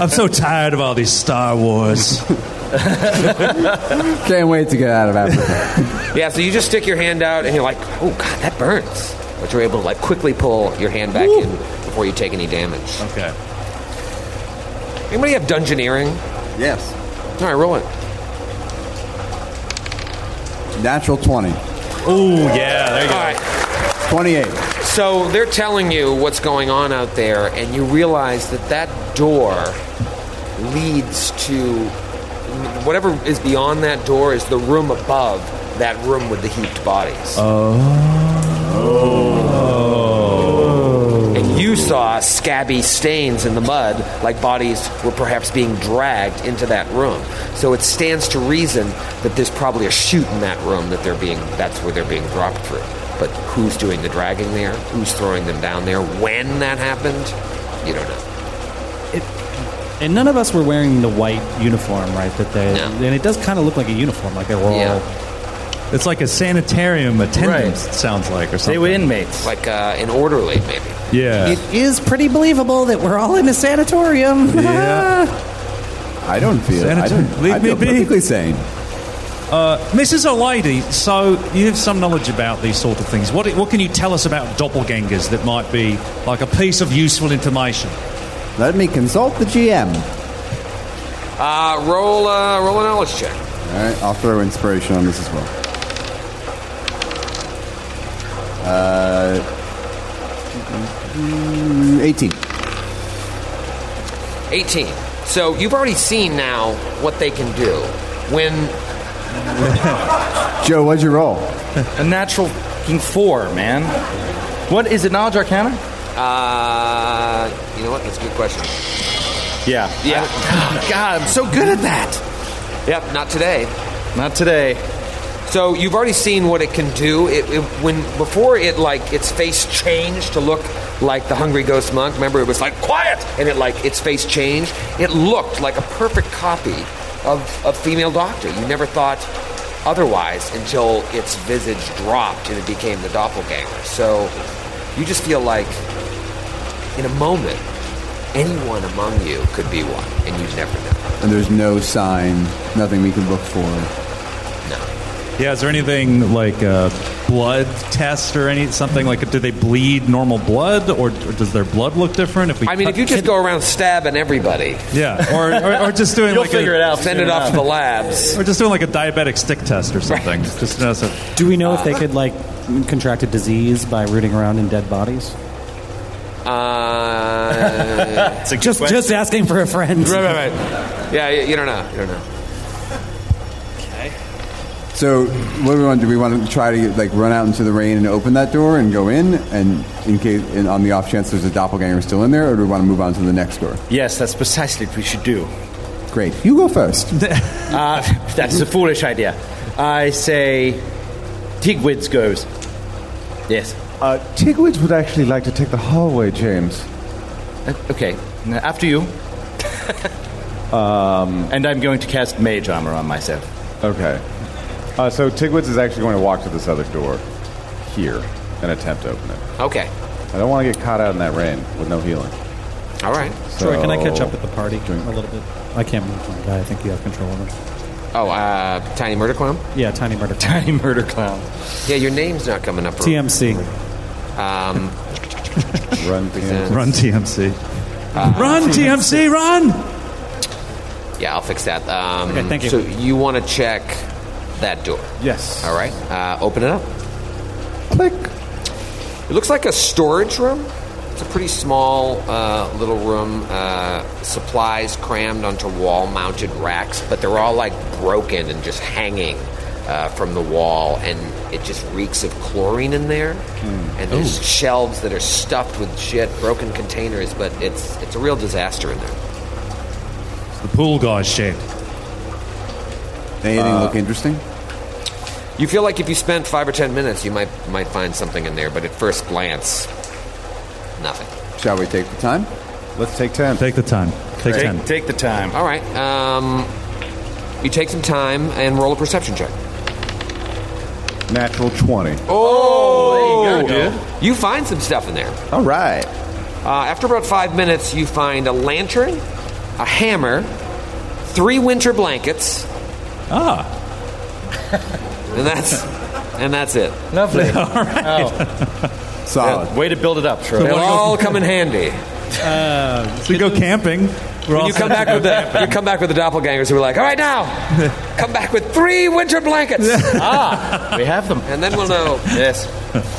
[laughs] I'm so tired of all these Star Wars. Can't wait to get out of Africa. Yeah, so you just stick your hand out, and you're like, oh god, that burns. But you're able to like quickly pull your hand back in before you take any damage. Okay. Anybody have dungeoneering? Yes. All right, roll it. Natural 20. Ooh, yeah, there you go. 28. So they're telling you what's going on out there, and you realize that that door leads to whatever is beyond that door is the room above that room with the heaped bodies. Oh. And you saw scabby stains in the mud, like bodies were perhaps being dragged into that room. So it stands to reason that there's probably a chute in that room that they're being that's where they're being dropped through. But who's doing the dragging there? Who's throwing them down there? When that happened? You don't know. And none of us were wearing the white uniform, right? That they and it does kind of look like a uniform, like they were all. It's like a sanitarium attendant, sounds like, or something. inmates. Like uh, an orderly, maybe. Yeah. It is pretty believable that we're all in a sanatorium. [laughs] I don't feel. I don't, leave I feel me perfectly sane. Uh, Mrs. O'Lady, so you have some knowledge about these sort of things. What, what can you tell us about doppelgangers that might be like a piece of useful information? Let me consult the GM. Uh, roll, uh, roll a knowledge check. All right, I'll throw inspiration on this as well. Uh, 18. 18. So you've already seen now what they can do. When Joe, what'd you roll? a natural fucking four, man. What is it? Knowledge Arcana? Uh, you know what? That's a good question. Yeah. Yeah. God, I'm so good at that. Yep. Not today. Not today. So you've already seen what it can do. It, it when before it like its face changed to look like the hungry ghost monk. Remember, it was like quiet, and it like its face changed. It looked like a perfect copy of a female doctor. You never thought otherwise until its visage dropped and it became the doppelganger. So you just feel like in a moment anyone among you could be one, and you'd never know. And there's no sign, nothing we can look for. Yeah, is there anything like a blood test or any something like? Do they bleed normal blood, or, or does their blood look different? If we, I mean, cut- if you just go around stabbing everybody, [laughs] yeah, or, or, or just doing You'll like figure a, it out Send soon it off enough. to the labs. or just doing like a diabetic stick test or something. Just to know so- Do we know if they could like contract a disease by rooting around in dead bodies? uh, Just just asking for a friend. right, right, right. Yeah, you, you don't know. You don't know. So, what do we want? Do we want to try to like run out into the rain and open that door and go in, and in case, and on the off chance there's a doppelganger still in there, or do we want to move on to the next door? Yes, that's precisely what we should do. Great, you go first. Uh, that's a foolish idea. I say Tigwids goes. Yes. Uh, Tigwitz would actually like to take the hallway, James. Uh, Okay. Now, After [laughs] you. Um, and I'm going to cast Mage Armor on myself. Okay. Uh, so Tigwitz is actually going to walk to this other door here and attempt to open it. Okay. I don't want to get caught out in that rain with no healing. All right. Troy, can I catch So- up with the party a little bit? I can't move from the guy. I think you have control over. him. Oh, uh, Tiny Murder Clown? Yeah, tiny murder. Tiny murder clown. Yeah, your name's not coming up. TMC. Um, Run, Pam. run TMC, Uh, run TMC, run. yeah, I'll fix that. Um, Okay, thank you. So you want to check that door. Yes. All right. Uh, open it up. Click. It looks like a storage room. It's a pretty small uh, little room. Uh, supplies crammed onto wall mounted racks, but they're all like broken and just hanging uh, from the wall, and it just reeks of chlorine in there. And there's shelves that are stuffed with shit, broken containers, but it's it's a real disaster in there. The pool Uh, guy's shed. Anything look interesting? You feel like if you spent five or ten minutes, you might might find something in there, but at first glance, nothing. Shall we take the time? Let's take 10. Take the time. Take Take, ten. take the time. All right. Um, you take some time and roll a perception check. [laughs] Natural 20. Oh, there you go, dude. You find some stuff in there. All right. Uh, after about five minutes, you find a lantern, a hammer, three winter blankets, Ah, and that's and that's it. Lovely. Oh. Solid. Way to build it up, Troy. It'll all come in handy. so we go camping. when you come back with the you come back with the doppelgangers, we're like, all right [laughs] now, come back with three winter blankets. ah, we have them, and then we'll know. Yes.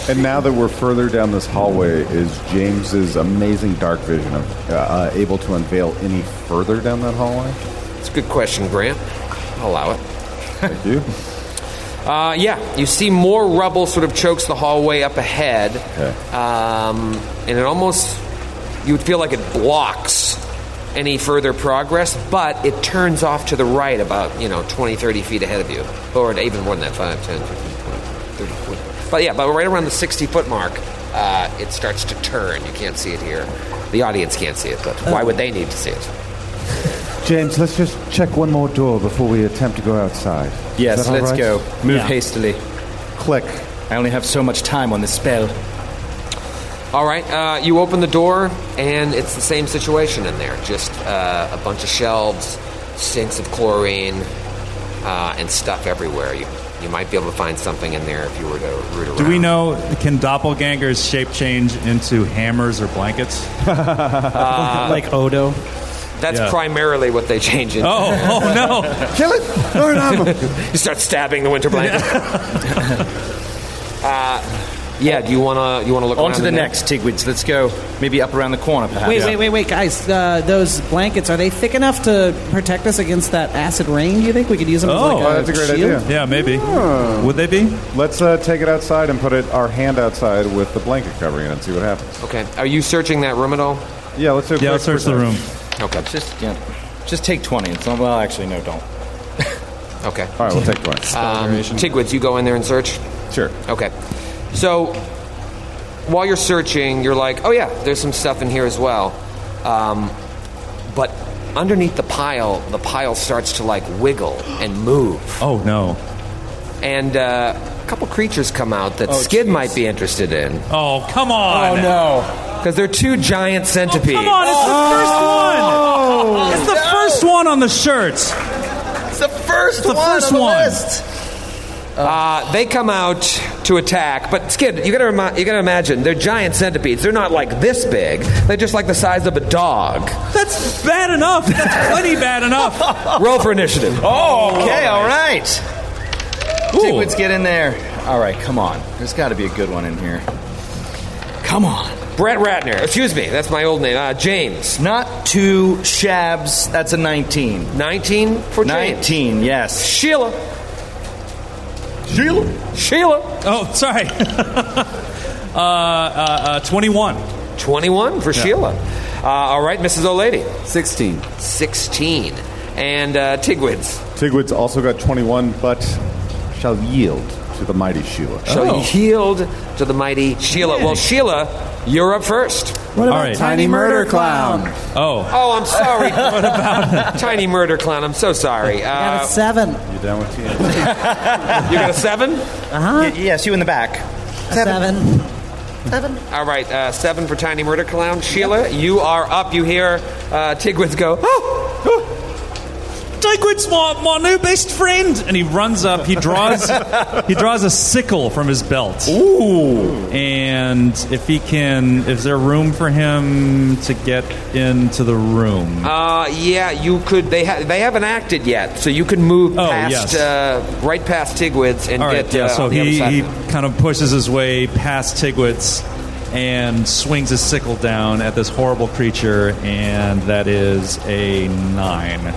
And now that we're further down this hallway, is James's amazing dark vision of, uh, uh, able to unveil any further down that hallway? It's a good question, Grant. I'll allow it. Thank you. [laughs] Uh, yeah, you see more rubble sort of chokes the hallway up ahead, um, and it almost you would feel like it blocks any further progress, but it turns off to the right about you know 20, 30 feet ahead of you, or even more than that, 5, 10, 15, 20, 30, 40. But yeah, but right around the 60 foot mark, uh, it starts to turn. You can't see it here. The audience can't see it, but why would they need to see it? James, let's just check one more door before we attempt to go outside. Is Yes, that all let's right? go. Move hastily. Click. I only have so much time on this spell. All right, uh, you open the door, and it's the same situation in there. Just uh, a bunch of shelves, sinks of chlorine, uh, and stuff everywhere. You, you might be able to find something in there if you were to root around. Do we know, can doppelgangers shape change into hammers or blankets? [laughs] Uh, like Odo? That's Yeah. primarily what they change into. Oh, [laughs] oh, no. Kill it! Burn [laughs] you start stabbing the winter blanket. uh, yeah, do you want to you wanna look On around to the in there? next, Tigwitz. Let's go. Maybe up around the corner, Uh, perhaps. Wait, wait, wait, wait, guys! Uh, those blankets are they thick enough to protect us against that acid rain? Do you think we could use them? as Oh, like that's a great shield? [laughs] idea. Yeah, maybe. Would they be? Let's uh, take it outside and put it our hand outside with the blanket covering it and see what happens. Okay, are you searching that room at all? Yeah, let's do a Yeah, quick let's search the room. perception. Okay, Just, yeah, just take 20. It's not, well, actually, no, don't. [laughs] okay. All right, we'll take one. Um, Tigwitz, you go in there and search? Sure. Okay. So while you're searching, you're like, oh yeah, there's some stuff in here as well. Um, but underneath the pile, the pile starts to like wiggle and move. Oh, no. And uh, a couple creatures come out Oh, that Skid might be interested in. Oh, come on. no. Because they're two giant centipedes. Oh, Come on, it's the Oh. first one. It's the first one on the shirt. It's the first the one first on the one. list. Uh, they come out to attack, but Skid, you gotta remi- you gotta imagine they're giant centipedes. They're not like this big. They're just like the size of a dog. That's bad enough. That's plenty bad [laughs] enough. Roll for initiative. Oh, okay, all right. Ooh. Tigwitz, get in there. All right, come on. There's got to be a good one in here. Come on. Brett Ratner. Excuse me, that's my old name. Uh, James. Not two shabs. That's a 19. 19 for James. 19, yes. Sheila. Sheila? Sheila. Oh, sorry. uh, uh, uh, 21. 21 for Sheila. Uh, all right, Mrs. O'Lady. 16. 16. And uh, Tigwids. Tigwid's also got 21, but shall yield to the mighty Sheila. Shall Oh. yield to the mighty Sheila. Well, Sheila, you're up first. What about All right. tiny murder clown? Oh, Oh, I'm sorry. [laughs] what about [laughs] Tiny murder clown? I'm so sorry. Got a Uh, seven. You down with TNT? [laughs] you [laughs] got a seven? Y- yes, you in the back. Uh-huh. Seven. All right, uh, seven for Tiny Murder Clown. Sheila, you are up. You hear uh, Tigwitz go, oh, oh. Digwit's my, my new best friend. And he runs up. He draws he draws a sickle from his belt. Ooh. And if he can, is there room for him to get into the room? Uh, yeah, you could. They ha- they haven't acted yet, so you can move Oh, past yes. uh, right past Tigwitz and All right, get yeah. uh, so on the he, other he side. kind of pushes his way past Tigwitz and swings his sickle down at this horrible creature, and that is a nine.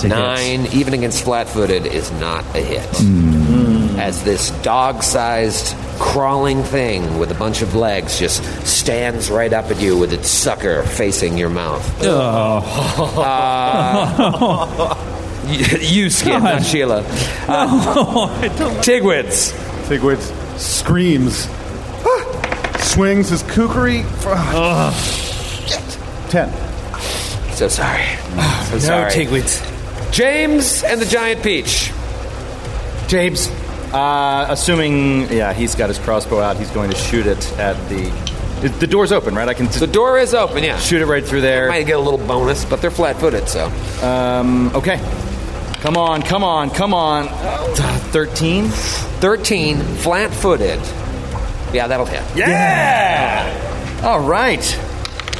To hit. Nine, even against flat-footed, is not a hit. Hmm. As this dog-sized crawling thing with a bunch of legs just stands right up at you with its sucker facing your mouth. [laughs] Uh, you, [laughs] you skin, not [laughs] Sheila. Oh, Uh, Tigwitz. Tigwid's screams, "Ah!" swings his kukri. Ah. Shit. Ten. So [sighs] sorry. So sorry. Tigwitz. James and the Giant Peach. James. Uh, assuming, yeah, he's got his crossbow out. He's going to shoot it at the. The door's open, right? I can The just door is open, yeah. shoot it right through there. Might get a little bonus, but they're flat footed, so. Um, okay. Come on, come on, come on. 13? 13, flat footed. Yeah, that'll hit. Yeah! All right.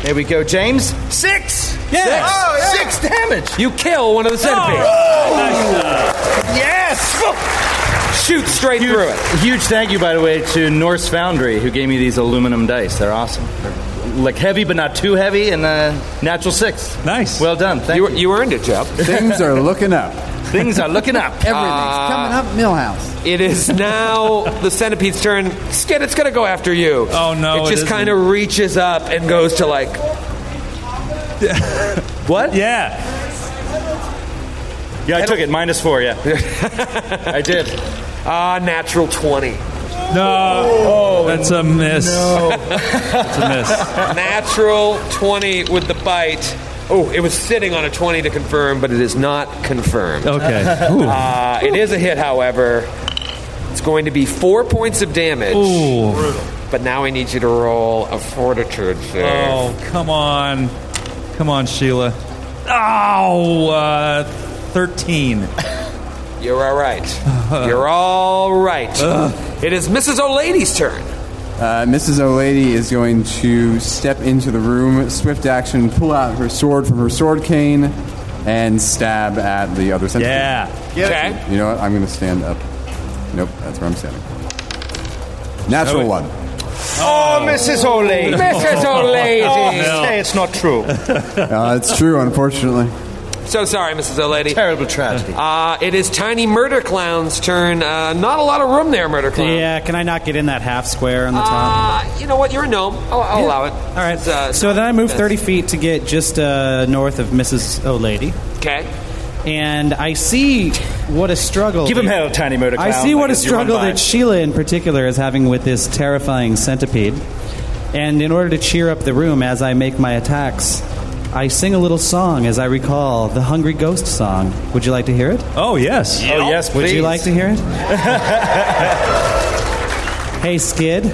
There we go, James. Six! Six. Oh, Six damage. Oh. You kill one of the centipedes. Yes! Shoot straight through it. Huge thank you, by the way, to Norse Foundry, who gave me these aluminum dice. They're awesome. They're like heavy, but not too heavy, and uh, natural six. Nice. Well done. Thank you. You, earned it, Jeff. [laughs] Things are [laughs] looking up. Things are looking up. [laughs] Everything's coming up, Millhouse. Ah, It is now the centipede's turn. Skid, it's going to go after you. Oh, no, It it just isn't. kind of reaches up and goes to like. What? Yeah. Yeah, I took it. Minus [laughs] four, yeah. I did. Ah, natural 20. No. Uh, oh, that's a miss. that's a miss. [laughs] Natural 20 with the bite. Oh, it was sitting on a 20 to confirm, but it is not confirmed. [laughs] Okay. Uh, it is a hit, however. It's going to be four points of damage. Ooh. But now I need you to roll a fortitude save. Oh, come on. Come on, Sheila. Oh, uh, 13. You're all [laughs] right. You're all right. It is Mrs. O'Lady's turn. Uh, Mrs. O'Lady is going to step into the room, swift action, pull out her sword from her sword cane, and stab at the other centipede. Yeah. Okay. You know what? I'm going to stand up. Nope, that's where I'm standing. Natural one. Oh, Mrs. O'Lady. Mrs. O'Lady. Say it's not true. [laughs] Uh, it's true, unfortunately. So sorry, Mrs. O'Lady. Terrible tragedy. Uh, it is Tiny Murder Clown's turn. Uh, not a lot of room there, Murder Clown. Yeah, can I not get in that half square on the top? Uh, you know what? You're a gnome. I'll, I'll allow [laughs] it. All right. It's, uh, so then I move yes. 30 feet to get just uh, north of Mrs. O'Lady. Okay. And I see what a struggle. Give him hell, tiny murder I clown, see what a because you run struggle by. that Sheila in particular is having with this terrifying centipede. And in order to cheer up the room as I make my attacks, I sing a little song as I recall the Hungry Ghost song. Would you like to hear it? Oh, yes. Oh, yes, please. Would you like to hear it? hey, Skid,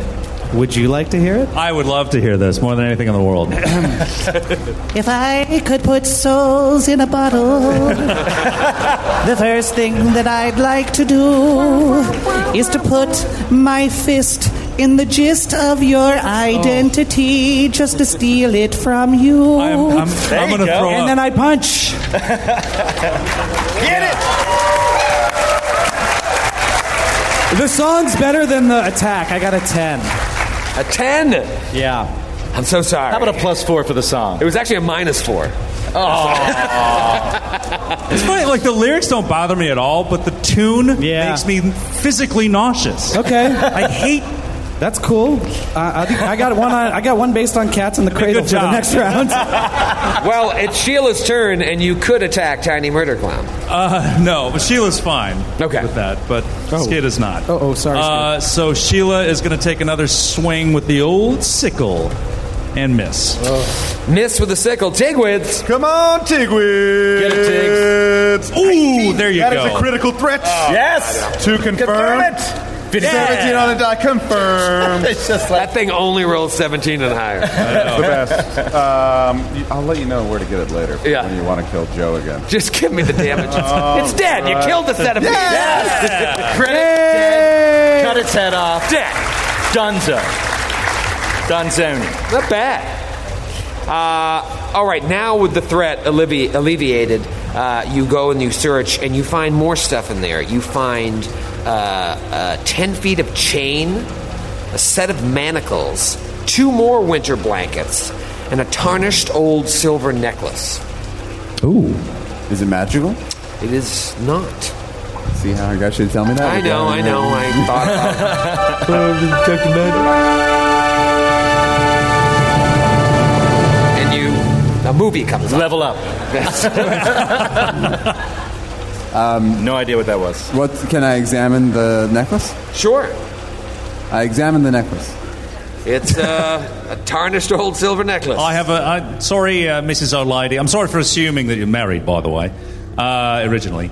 would you like to hear it? I would love to hear this more than anything in the world. If I could put souls in a bottle, [laughs] the first thing that I'd like to do is to put my fist in the gist of your identity just to steal it from you. I'm, I'm, I'm going to throw And up. then I punch. [laughs] Get it! The song's better than the attack. I got a 10. A 10. Yeah. [clears throat] I'm so sorry. How about a plus four for the song? It was actually a minus four. Oh. [laughs] It's funny, like the lyrics don't bother me at all, but the tune Yeah. makes me physically nauseous. Okay. I hate. That's cool. Uh, I, think I got one. On, I got one based on cats in the cradle Good for the job. next round. [laughs] Well, it's Sheila's turn, and you could attack Tiny Murder Clown. Uh, no, but Sheila's fine Okay. with that, but Skid is not. Oh, oh, sorry, Uh, so Sheila is going to take another swing with the old sickle and miss. Oh. Miss with a sickle. Tigwitz. Come on, Tigwid! Get it, Ooh, there you That is go. [laughs] a critical threat. Yes! To confirm. Confirm it! 17 on the die. [laughs] Confirm. It's just like. That thing only rolls 17 and higher. That's the best. [laughs] Um, you- I'll let you know where to get it later. Yeah. When you want to kill Joe again. Oh, Just give me the damage. [laughs] it's dead. You killed the [laughs] centipede. Credit dead. Cut its head off. Dead. uh, Dunzo. Donzoni. Not bad. Uh, all right, now with the threat allevi- alleviated, uh, you go and you search and you find more stuff in there. You find uh, uh, 10 feet of chain, a set of manacles, two more winter blankets, and a tarnished old silver necklace. Ooh. Is it magical? It is not. See how I got you to tell me that? I know, I know, I thought about it. And you, a movie comes up. Level up. [laughs] no idea what that was. What can I examine the necklace? Sure. I examine the necklace. It's uh, a tarnished old silver necklace. I have a. I, sorry, uh, Mrs. O'Lady. I'm sorry for assuming that you're married, by the way, uh, originally.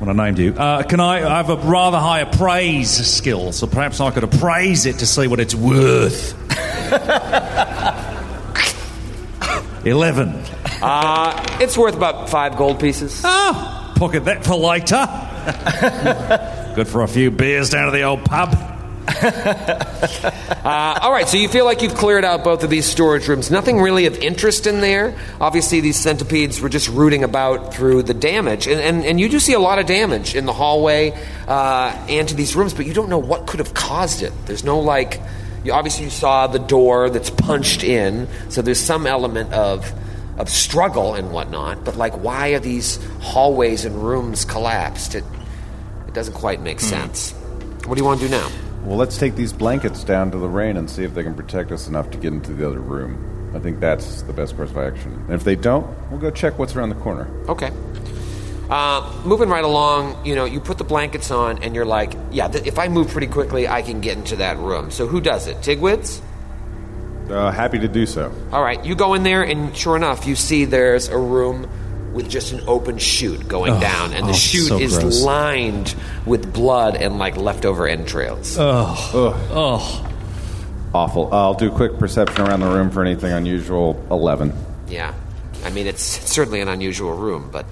When I named you. Uh, can I, I have a rather high appraise skill, so perhaps I could appraise it to see what it's worth. [laughs] 11. Uh, it's worth about five gold pieces. Ah, pocket that for later. Good for a few beers down at the old pub. Uh, all right, so you feel like you've cleared out both of these storage rooms. Nothing really of interest in there. Obviously, these centipedes were just rooting about through the damage. And, and, and you do see a lot of damage in the hallway uh, and to these rooms, but you don't know what could have caused it. There's no, like, you, obviously, you saw the door that's punched in, so there's some element of, of struggle and whatnot, but, like, why are these hallways and rooms collapsed? It, it doesn't quite make Hmm. sense. What do you want to do now? Well, let's take these blankets down to the rain and see if they can protect us enough to get into the other room. I think that's the best course of action. And if they don't, we'll go check what's around the corner. Okay. Uh, moving right along, you know, you put the blankets on and you're like, yeah, th- if I move pretty quickly, I can get into that room. So who does it? Tigwitz? Uh, happy to do so. All right, you go in there, and sure enough, you see there's a room with just an open chute going Ugh, down, and the oh, chute so is gross. lined with blood and like leftover entrails. Oh, oh. Awful. I'll do a quick perception around the room for anything unusual. [laughs] 11. Yeah. I mean, it's certainly an unusual room, but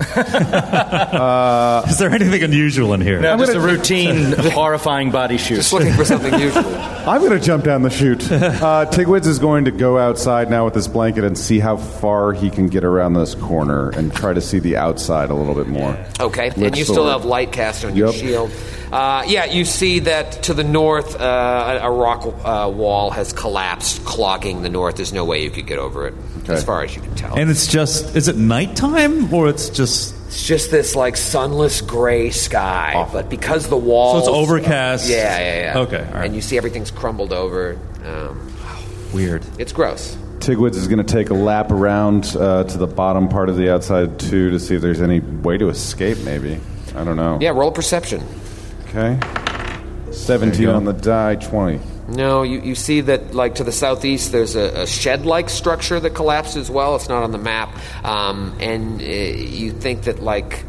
Uh, Is there anything unusual in here? No, just [laughs] a routine, horrifying body shoot. Just looking for [laughs] something usual. I'm going to jump down the chute. Uh, Tigwitz is going to go outside now with this blanket and see how far he can get around this corner and try to see the outside a little bit more. Okay, and Look you still forward. have light cast on your Yep. shield. Uh, yeah, you see that to the north, uh, a a rock uh, wall has collapsed, clogging the north. There's no way you could get over it, as far as you can tell. And it's just, is it nighttime or it's just. It's just this like sunless gray sky, but because the wall, So it's overcast. yeah, yeah, yeah. Okay, all right. and you see everything's crumbled over. Um, Weird. It's gross. Tigwitz is going to take a lap around uh, to the bottom part of the outside, too, to see if there's any way to escape, maybe. I don't know. Yeah, roll a perception. Okay. 17 go. on the die, 20. No, you, you see that like to the southeast, there's a, a shed-like structure that collapsed as well. It's not on the map, um, and uh, you think that like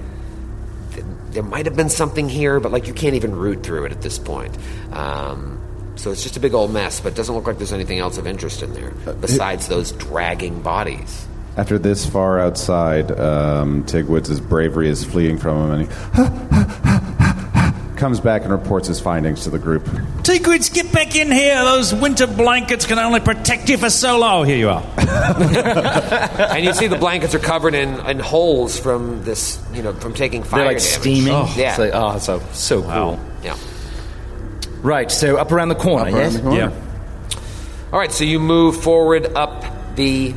th- there might have been something here, but like you can't even root through it at this point. Um, so it's just a big old mess, but it doesn't look like there's anything else of interest in there Uh, besides those dragging bodies. [laughs] After this far outside, um, Tigwitz's bravery is fleeing from him, and he [laughs] comes back and reports his findings to the group. Tigrids, get back in here. Those winter blankets can only protect you for so long. Oh, here you are. and you see the blankets are covered in, in holes from this, you know, from taking fire. They're like damage. steaming. yeah. It's like, oh, so, so cool. Yeah. Right, so up around the corner, Up around yes? the corner. Yeah. All right, so you move forward up the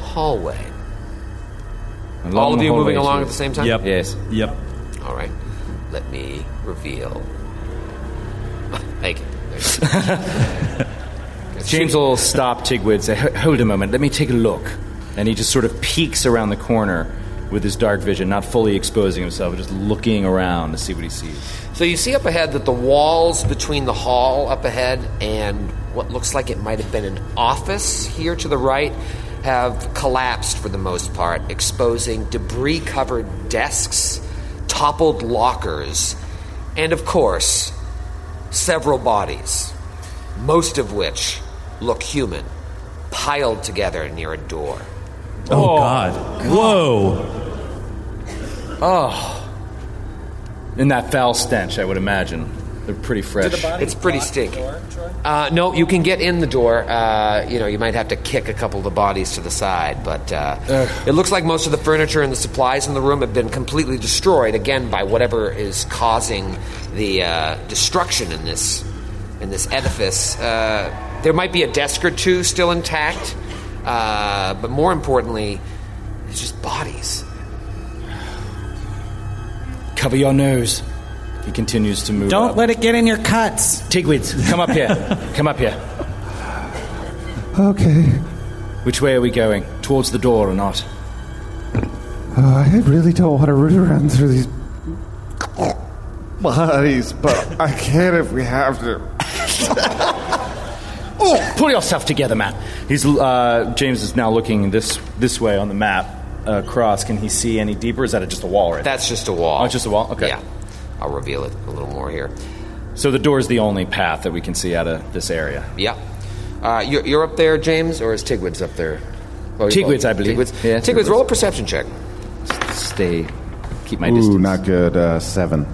hallway. All of you moving along at the same time? Yep. Yes. Yep. All right. Let me [laughs] reveal. Thank you. James will stop Tigwood and say, "H- Hold a moment, let me take a look. And he just sort of peeks around the corner with his dark vision, not fully exposing himself, just looking around to see what he sees. So you see up ahead that the walls between the hall up ahead and what looks like it might have been an office here to the right have collapsed for the most part, exposing debris covered desks, toppled lockers, and of course, several bodies, most of which look human, piled together near a door. Oh, God. Whoa. Oh. In that foul stench, I would imagine. They're pretty fresh. It's pretty stinky. Uh, no, you can get in the door. Uh, you know, you might have to kick a couple of the bodies to the side, but uh, it looks like most of the furniture and the supplies in the room have been completely destroyed again by whatever is causing the uh, destruction in this in this edifice. Uh, there might be a desk or two still intact, uh, but more importantly, it's just bodies. Cover your nose. He continues to move. Don't let it get in your cuts. Tigwids, come up here. [laughs] come up here. Okay. Which way are we going? Towards the door or not? Uh, I really don't want to root around through these. [laughs] Bodies, but I can't if we have to. Oh, pull yourself together, man. He's uh, James is now looking this this way on the map uh, across. Can he see any deeper? Is that just a wall? Right? That's just a wall. Oh, it's just a wall. Okay. Yeah. I'll reveal it a little more here. So the door is the only path that we can see out of this area. Yeah. Uh, you're, you're up there, James, or is Tigwid's up there? Well, Tigwid's, I believe. Tigwid's, Yeah, Tigwid's, roll a perception check. Stay. Keep [laughs] Ooh, not good. Uh, seven.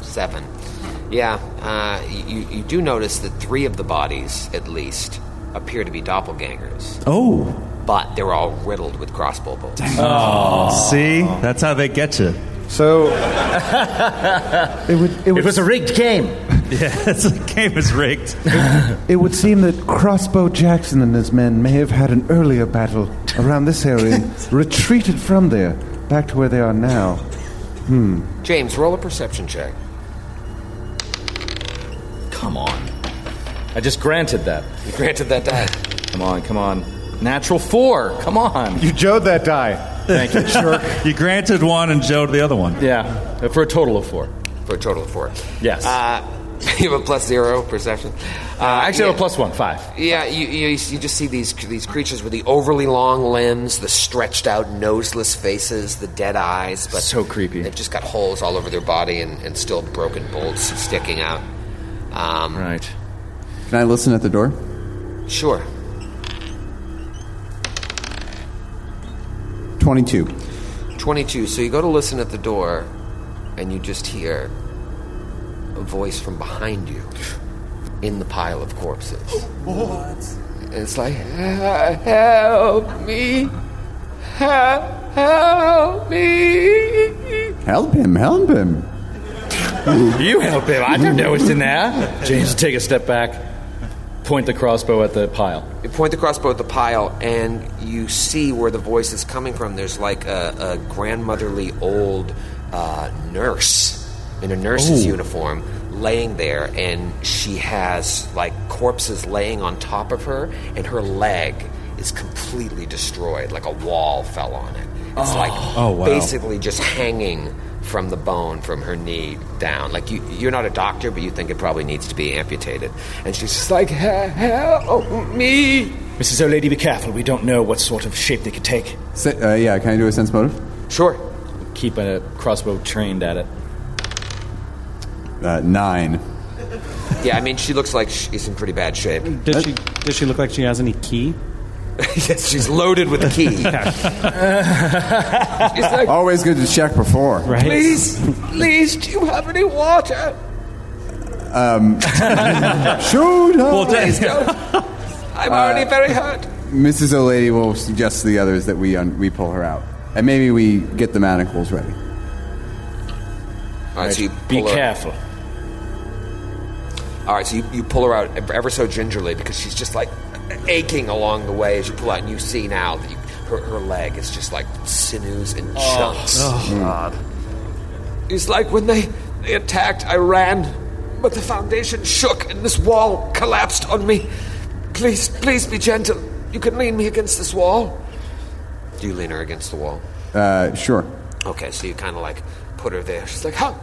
Seven. Yeah, uh, you, you do notice that three of the bodies, at least, appear to be doppelgangers, Oh. but they're all riddled with crossbow bolts. Oh. See? That's how they get you. So. It would. It, would, rigged game. Yeah, the game is rigged. it would seem that Crossbow Jackson and his men may have had an earlier battle around this area, [laughs] and retreated from there back to where they are now. Hmm. [laughs] James, roll a perception check. [laughs] Come on. I just granted that. You granted that die. Come on, come on. Natural four. Come on. You jode that die. Thank you, jerk. you granted one and jode the other one. Yeah, for a total of four. For a total of four. Yes. Uh, [laughs] you have a plus zero perception. Uh, Actually, I have yeah. a plus one, five. Yeah, you, you, you just see these these creatures with the overly long limbs, the stretched out noseless faces, the dead eyes. But So creepy. They've just got holes all over their body and, and still broken bolts sticking out. Um, right. Can I listen at the door? Sure. 22. 22. So you go to listen at the door, and you just hear a voice from behind you in the pile of corpses. And it's like, help me. Help, help me. Help him, help him. You help him. I don't know what's in there. James will take a step back, point the crossbow at the pile. You point the crossbow at the pile, and you see where the voice is coming from. There's like a, a grandmotherly old uh, nurse in a nurse's Ooh. uniform laying there, and she has like corpses laying on top of her, and her leg is completely destroyed, like a wall fell on it. It's Oh. like Oh, wow. basically just hanging from the bone from her knee down. Like you, you're not a doctor, but you think it probably needs to be amputated. And she's just like, help me. Mrs. O'Lady, be careful. We don't know what sort of shape they could take. Se- uh, yeah, can I do a sense motive? Sure. Keep a crossbow trained at it. Uh, nine. Yeah, I mean, she looks like she's in pretty bad shape. Does she, does she look like she has any [laughs] key? yes, she's loaded with a [laughs] key. Always good to check before. please, do you have any water? [laughs] Um, shoot! Well, Please [laughs] don't. I'm already very hurt. Mrs. O'Lady will suggest to the others that we un- we pull her out, and maybe we get the manacles ready. All right, so you Be pull her- careful. All right, so you, you pull her out ev- ever so gingerly because she's just like aching along the way as you pull out, and you see now that you, her, her leg is just like sinews and Oh. chunks. Oh, Hmm. God. It's like when they, they attacked, I ran, but the foundation shook and this wall collapsed on me. Please, please be gentle. You can lean me against this wall. Do you lean her against the wall? Uh, sure. Okay, so you kind of like put her there. She's like, how,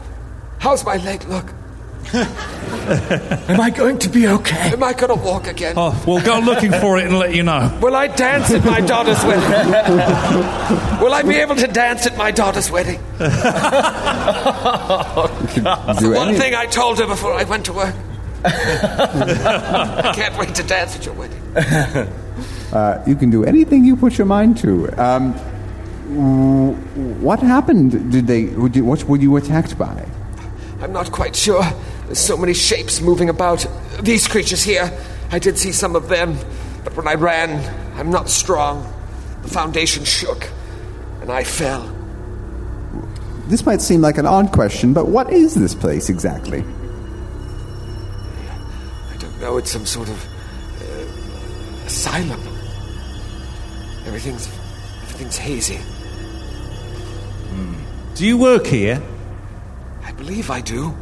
how's my leg [laughs] look? Am I going to be okay? Am I gonna walk again? Oh, we'll go looking for it and let you know. Will I dance at my daughter's wedding? Will I be able to dance at my daughter's wedding? Do Oh, One any- thing I told her before I went to work. I can't wait to dance at your wedding. [laughs] Uh, you can do anything you put your mind to. Um, w- what happened? Did they? would you- What were you attacked by? I'm not quite sure. There's so many shapes moving about. These creatures here, I did see some of them, but when I ran, I'm not strong. The foundation shook, and I fell. This might seem like an odd question, but what is this place exactly? I don't know, it's some sort of uh, asylum. Everything's everything's hazy. [laughs] Do you work here? I believe I do.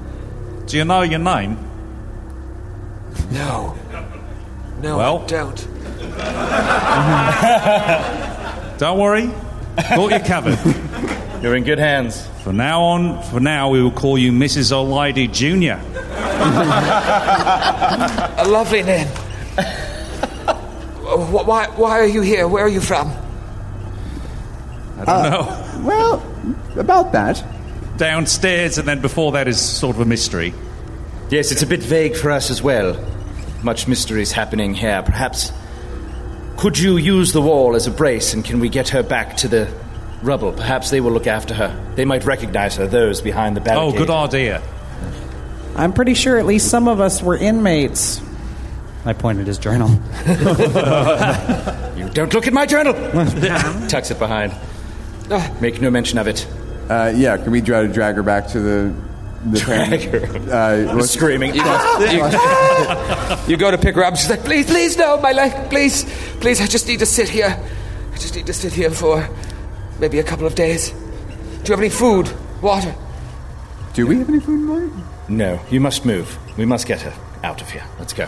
Do you know your name? No. No, Well. I [laughs] don't. Don't worry. Got you covered. [laughs] You're in good hands. From now on, for now, we will call you Mrs. O'Lady Jr. A lovely name. Wh- wh- why, why are you here? Where are you from? I don't Ah. Uh, know. Well, about that. Downstairs, and then before that is sort of a mystery. Yes, it's a bit vague for us as well. Much mystery is happening here. Perhaps. Could you use the wall as a brace and can we get her back to the rubble? Perhaps they will look after her. They might recognize her, those behind the barricade. Oh, good idea. I'm pretty sure at least some of us were inmates. I point at his journal. [laughs] you don't look at my journal. Tucks it behind. Make no mention of it. Uh, yeah, can we try to drag her back to the the drag her? Uh, I'm what's- screaming. Yeah. You, you go to pick her up. She's like, Please, please, no, my life, please, please. I just need to sit here. I just need to sit here for maybe a couple of days. Do you have any food, water? Do we have any food in mind? No, you must move. We must get her out of here. Let's go.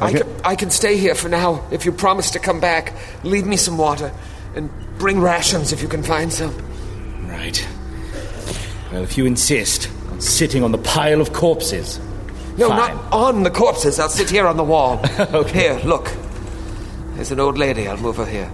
I can, I can stay here for now if you promise to come back. Leave me some water and bring rations if you can find some. Right. Well, if you insist on sitting on the pile of corpses. No, fine. not on the corpses. I'll sit here on the [laughs] wall. Here, look. There's an old lady. I'll move her here.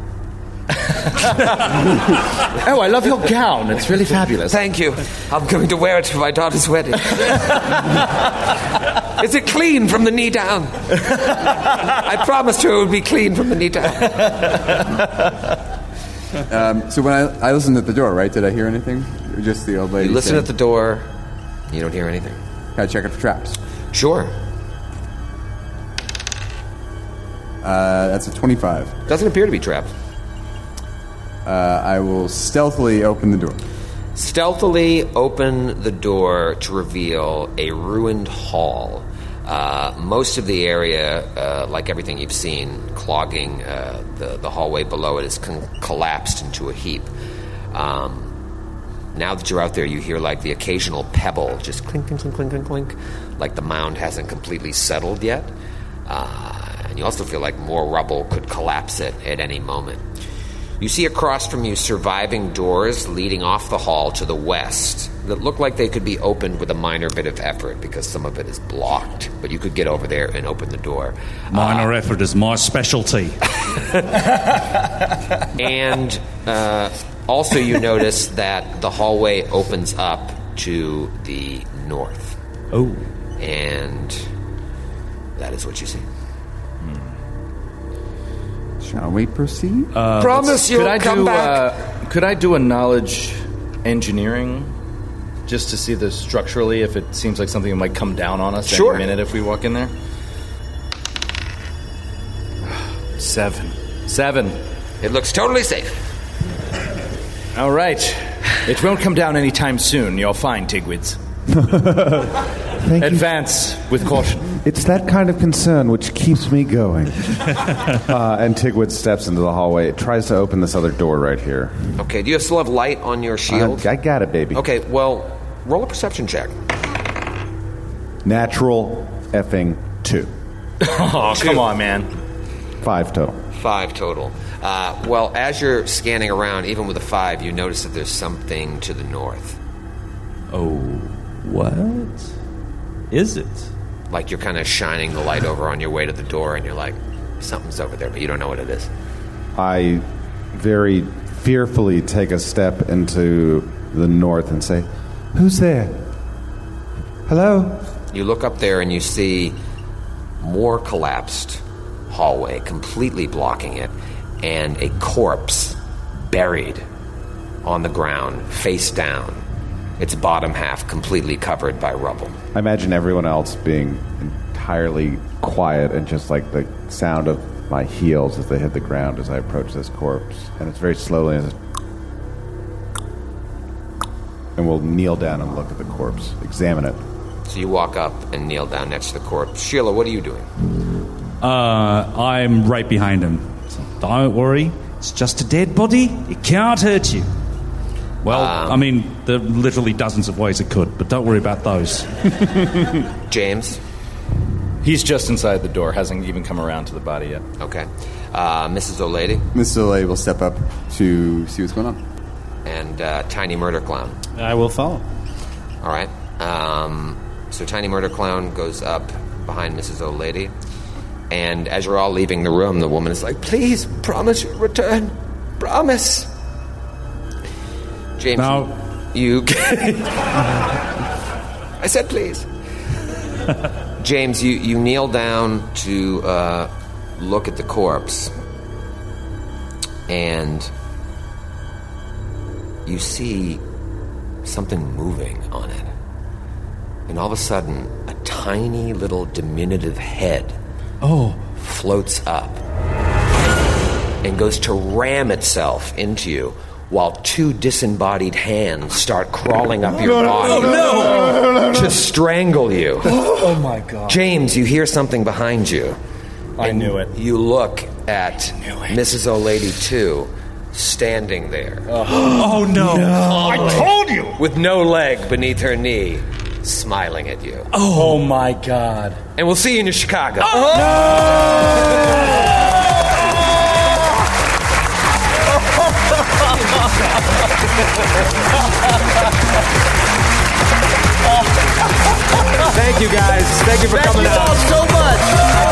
oh, I love your [laughs] [laughs] gown. It's really fabulous. Thank you. I'm going to wear it for my daughter's [laughs] wedding. Is it clean from the knee [laughs] down? I promised her it would be clean from the knee [laughs] down. [laughs] Um, so when I, I listened at the door, right? Did I hear anything? Or just the old lady. You listen saying- at the door. You don't hear anything. Can I check it for traps? Sure. Uh, that's a 25. Doesn't appear to be trapped. Uh, I will stealthily open the door. stealthily open the door to reveal a ruined hall. Uh, most of the area, uh, like everything you've seen, clogging uh, the, the hallway below it, is con- collapsed into a heap. Um, now that you're out there, you hear like the occasional pebble just clink, clink, clink, clink, clink, clink, like the mound hasn't completely settled yet. Uh, and you also feel like more rubble could collapse it at any moment. You see across from you surviving doors leading off the hall to the west that look like they could be opened with a minor bit of effort because some of it is blocked, but you could get over there and open the door. Minor effort is my specialty. and uh, also you notice that the hallway opens up to the north. Oh. And that is what you see. Shall we proceed? Uh, Promise let's- you'll could I come do, back. Uh, could I do a knowledge engineering just to see this structurally if it seems like something that might come down on us Sure. any minute if we walk in there? Seven. Seven. It looks totally safe. All right. It won't come down anytime soon. You're fine, Tigwids. Thank you. Advance with caution. It's that kind of concern which keeps me going. uh, and Tigwood steps into the hallway, tries to open this other door right here. Okay, do you still have light on your shield? I, I got it, baby. Okay, well, roll a perception check. Natural effing two. Oh, come on, man. Five total. Five total. Uh, well, as you're scanning around, even with a five, you notice that there's something to the north. Oh, what is it? Like you're kind of shining the light over on your way to the door, and you're like, something's over there, but you don't know what it is. I very fearfully take a step into the north and say, Who's there? Hello? You look up there and you see more collapsed hallway, completely blocking it, and a corpse buried on the ground, face down, its bottom half completely covered by rubble. I imagine everyone else being entirely quiet and just like the sound of my heels as they hit the ground as I approach this corpse. And it's very slowly. And, it's- and we'll kneel down and look at the corpse, examine it. So you walk up and kneel down next to the corpse. Sheila, what are you doing? Uh, I'm right behind him. So don't worry, it's just a dead body. It can't hurt you. Well, I mean, there are literally dozens of ways it could, but don't worry about those. James? He's just inside the door, hasn't even come around to the body yet. Okay. Uh, Mrs. O'Lady Miss Soleil will step up to see what's going on. and uh, Tiny Murder Clown. I will follow. All right. Um, so Tiny Murder Clown goes up behind Mrs. O'Lady. And as you're all leaving the room, the woman is like, Please promise you'll return. Promise. James, No. you. [laughs] I said please. James, you, you kneel down to uh, look at the corpse. And you see something moving on it. and all of a sudden, a tiny little diminutive head Oh. floats up and goes to ram itself into you while two disembodied hands start crawling up your body to strangle you. [gasps] oh my [gasps] god. James, you hear something behind you. I knew it. You look at Mrs. O'Lady 2 standing there. [gasps] [gasps] Oh, [gasps] no. No. I told you! With no leg beneath her knee, smiling at you. Oh, my god. And we'll see you in Chicago. Oh. [laughs] Thank you guys. Thank you for coming out. so much.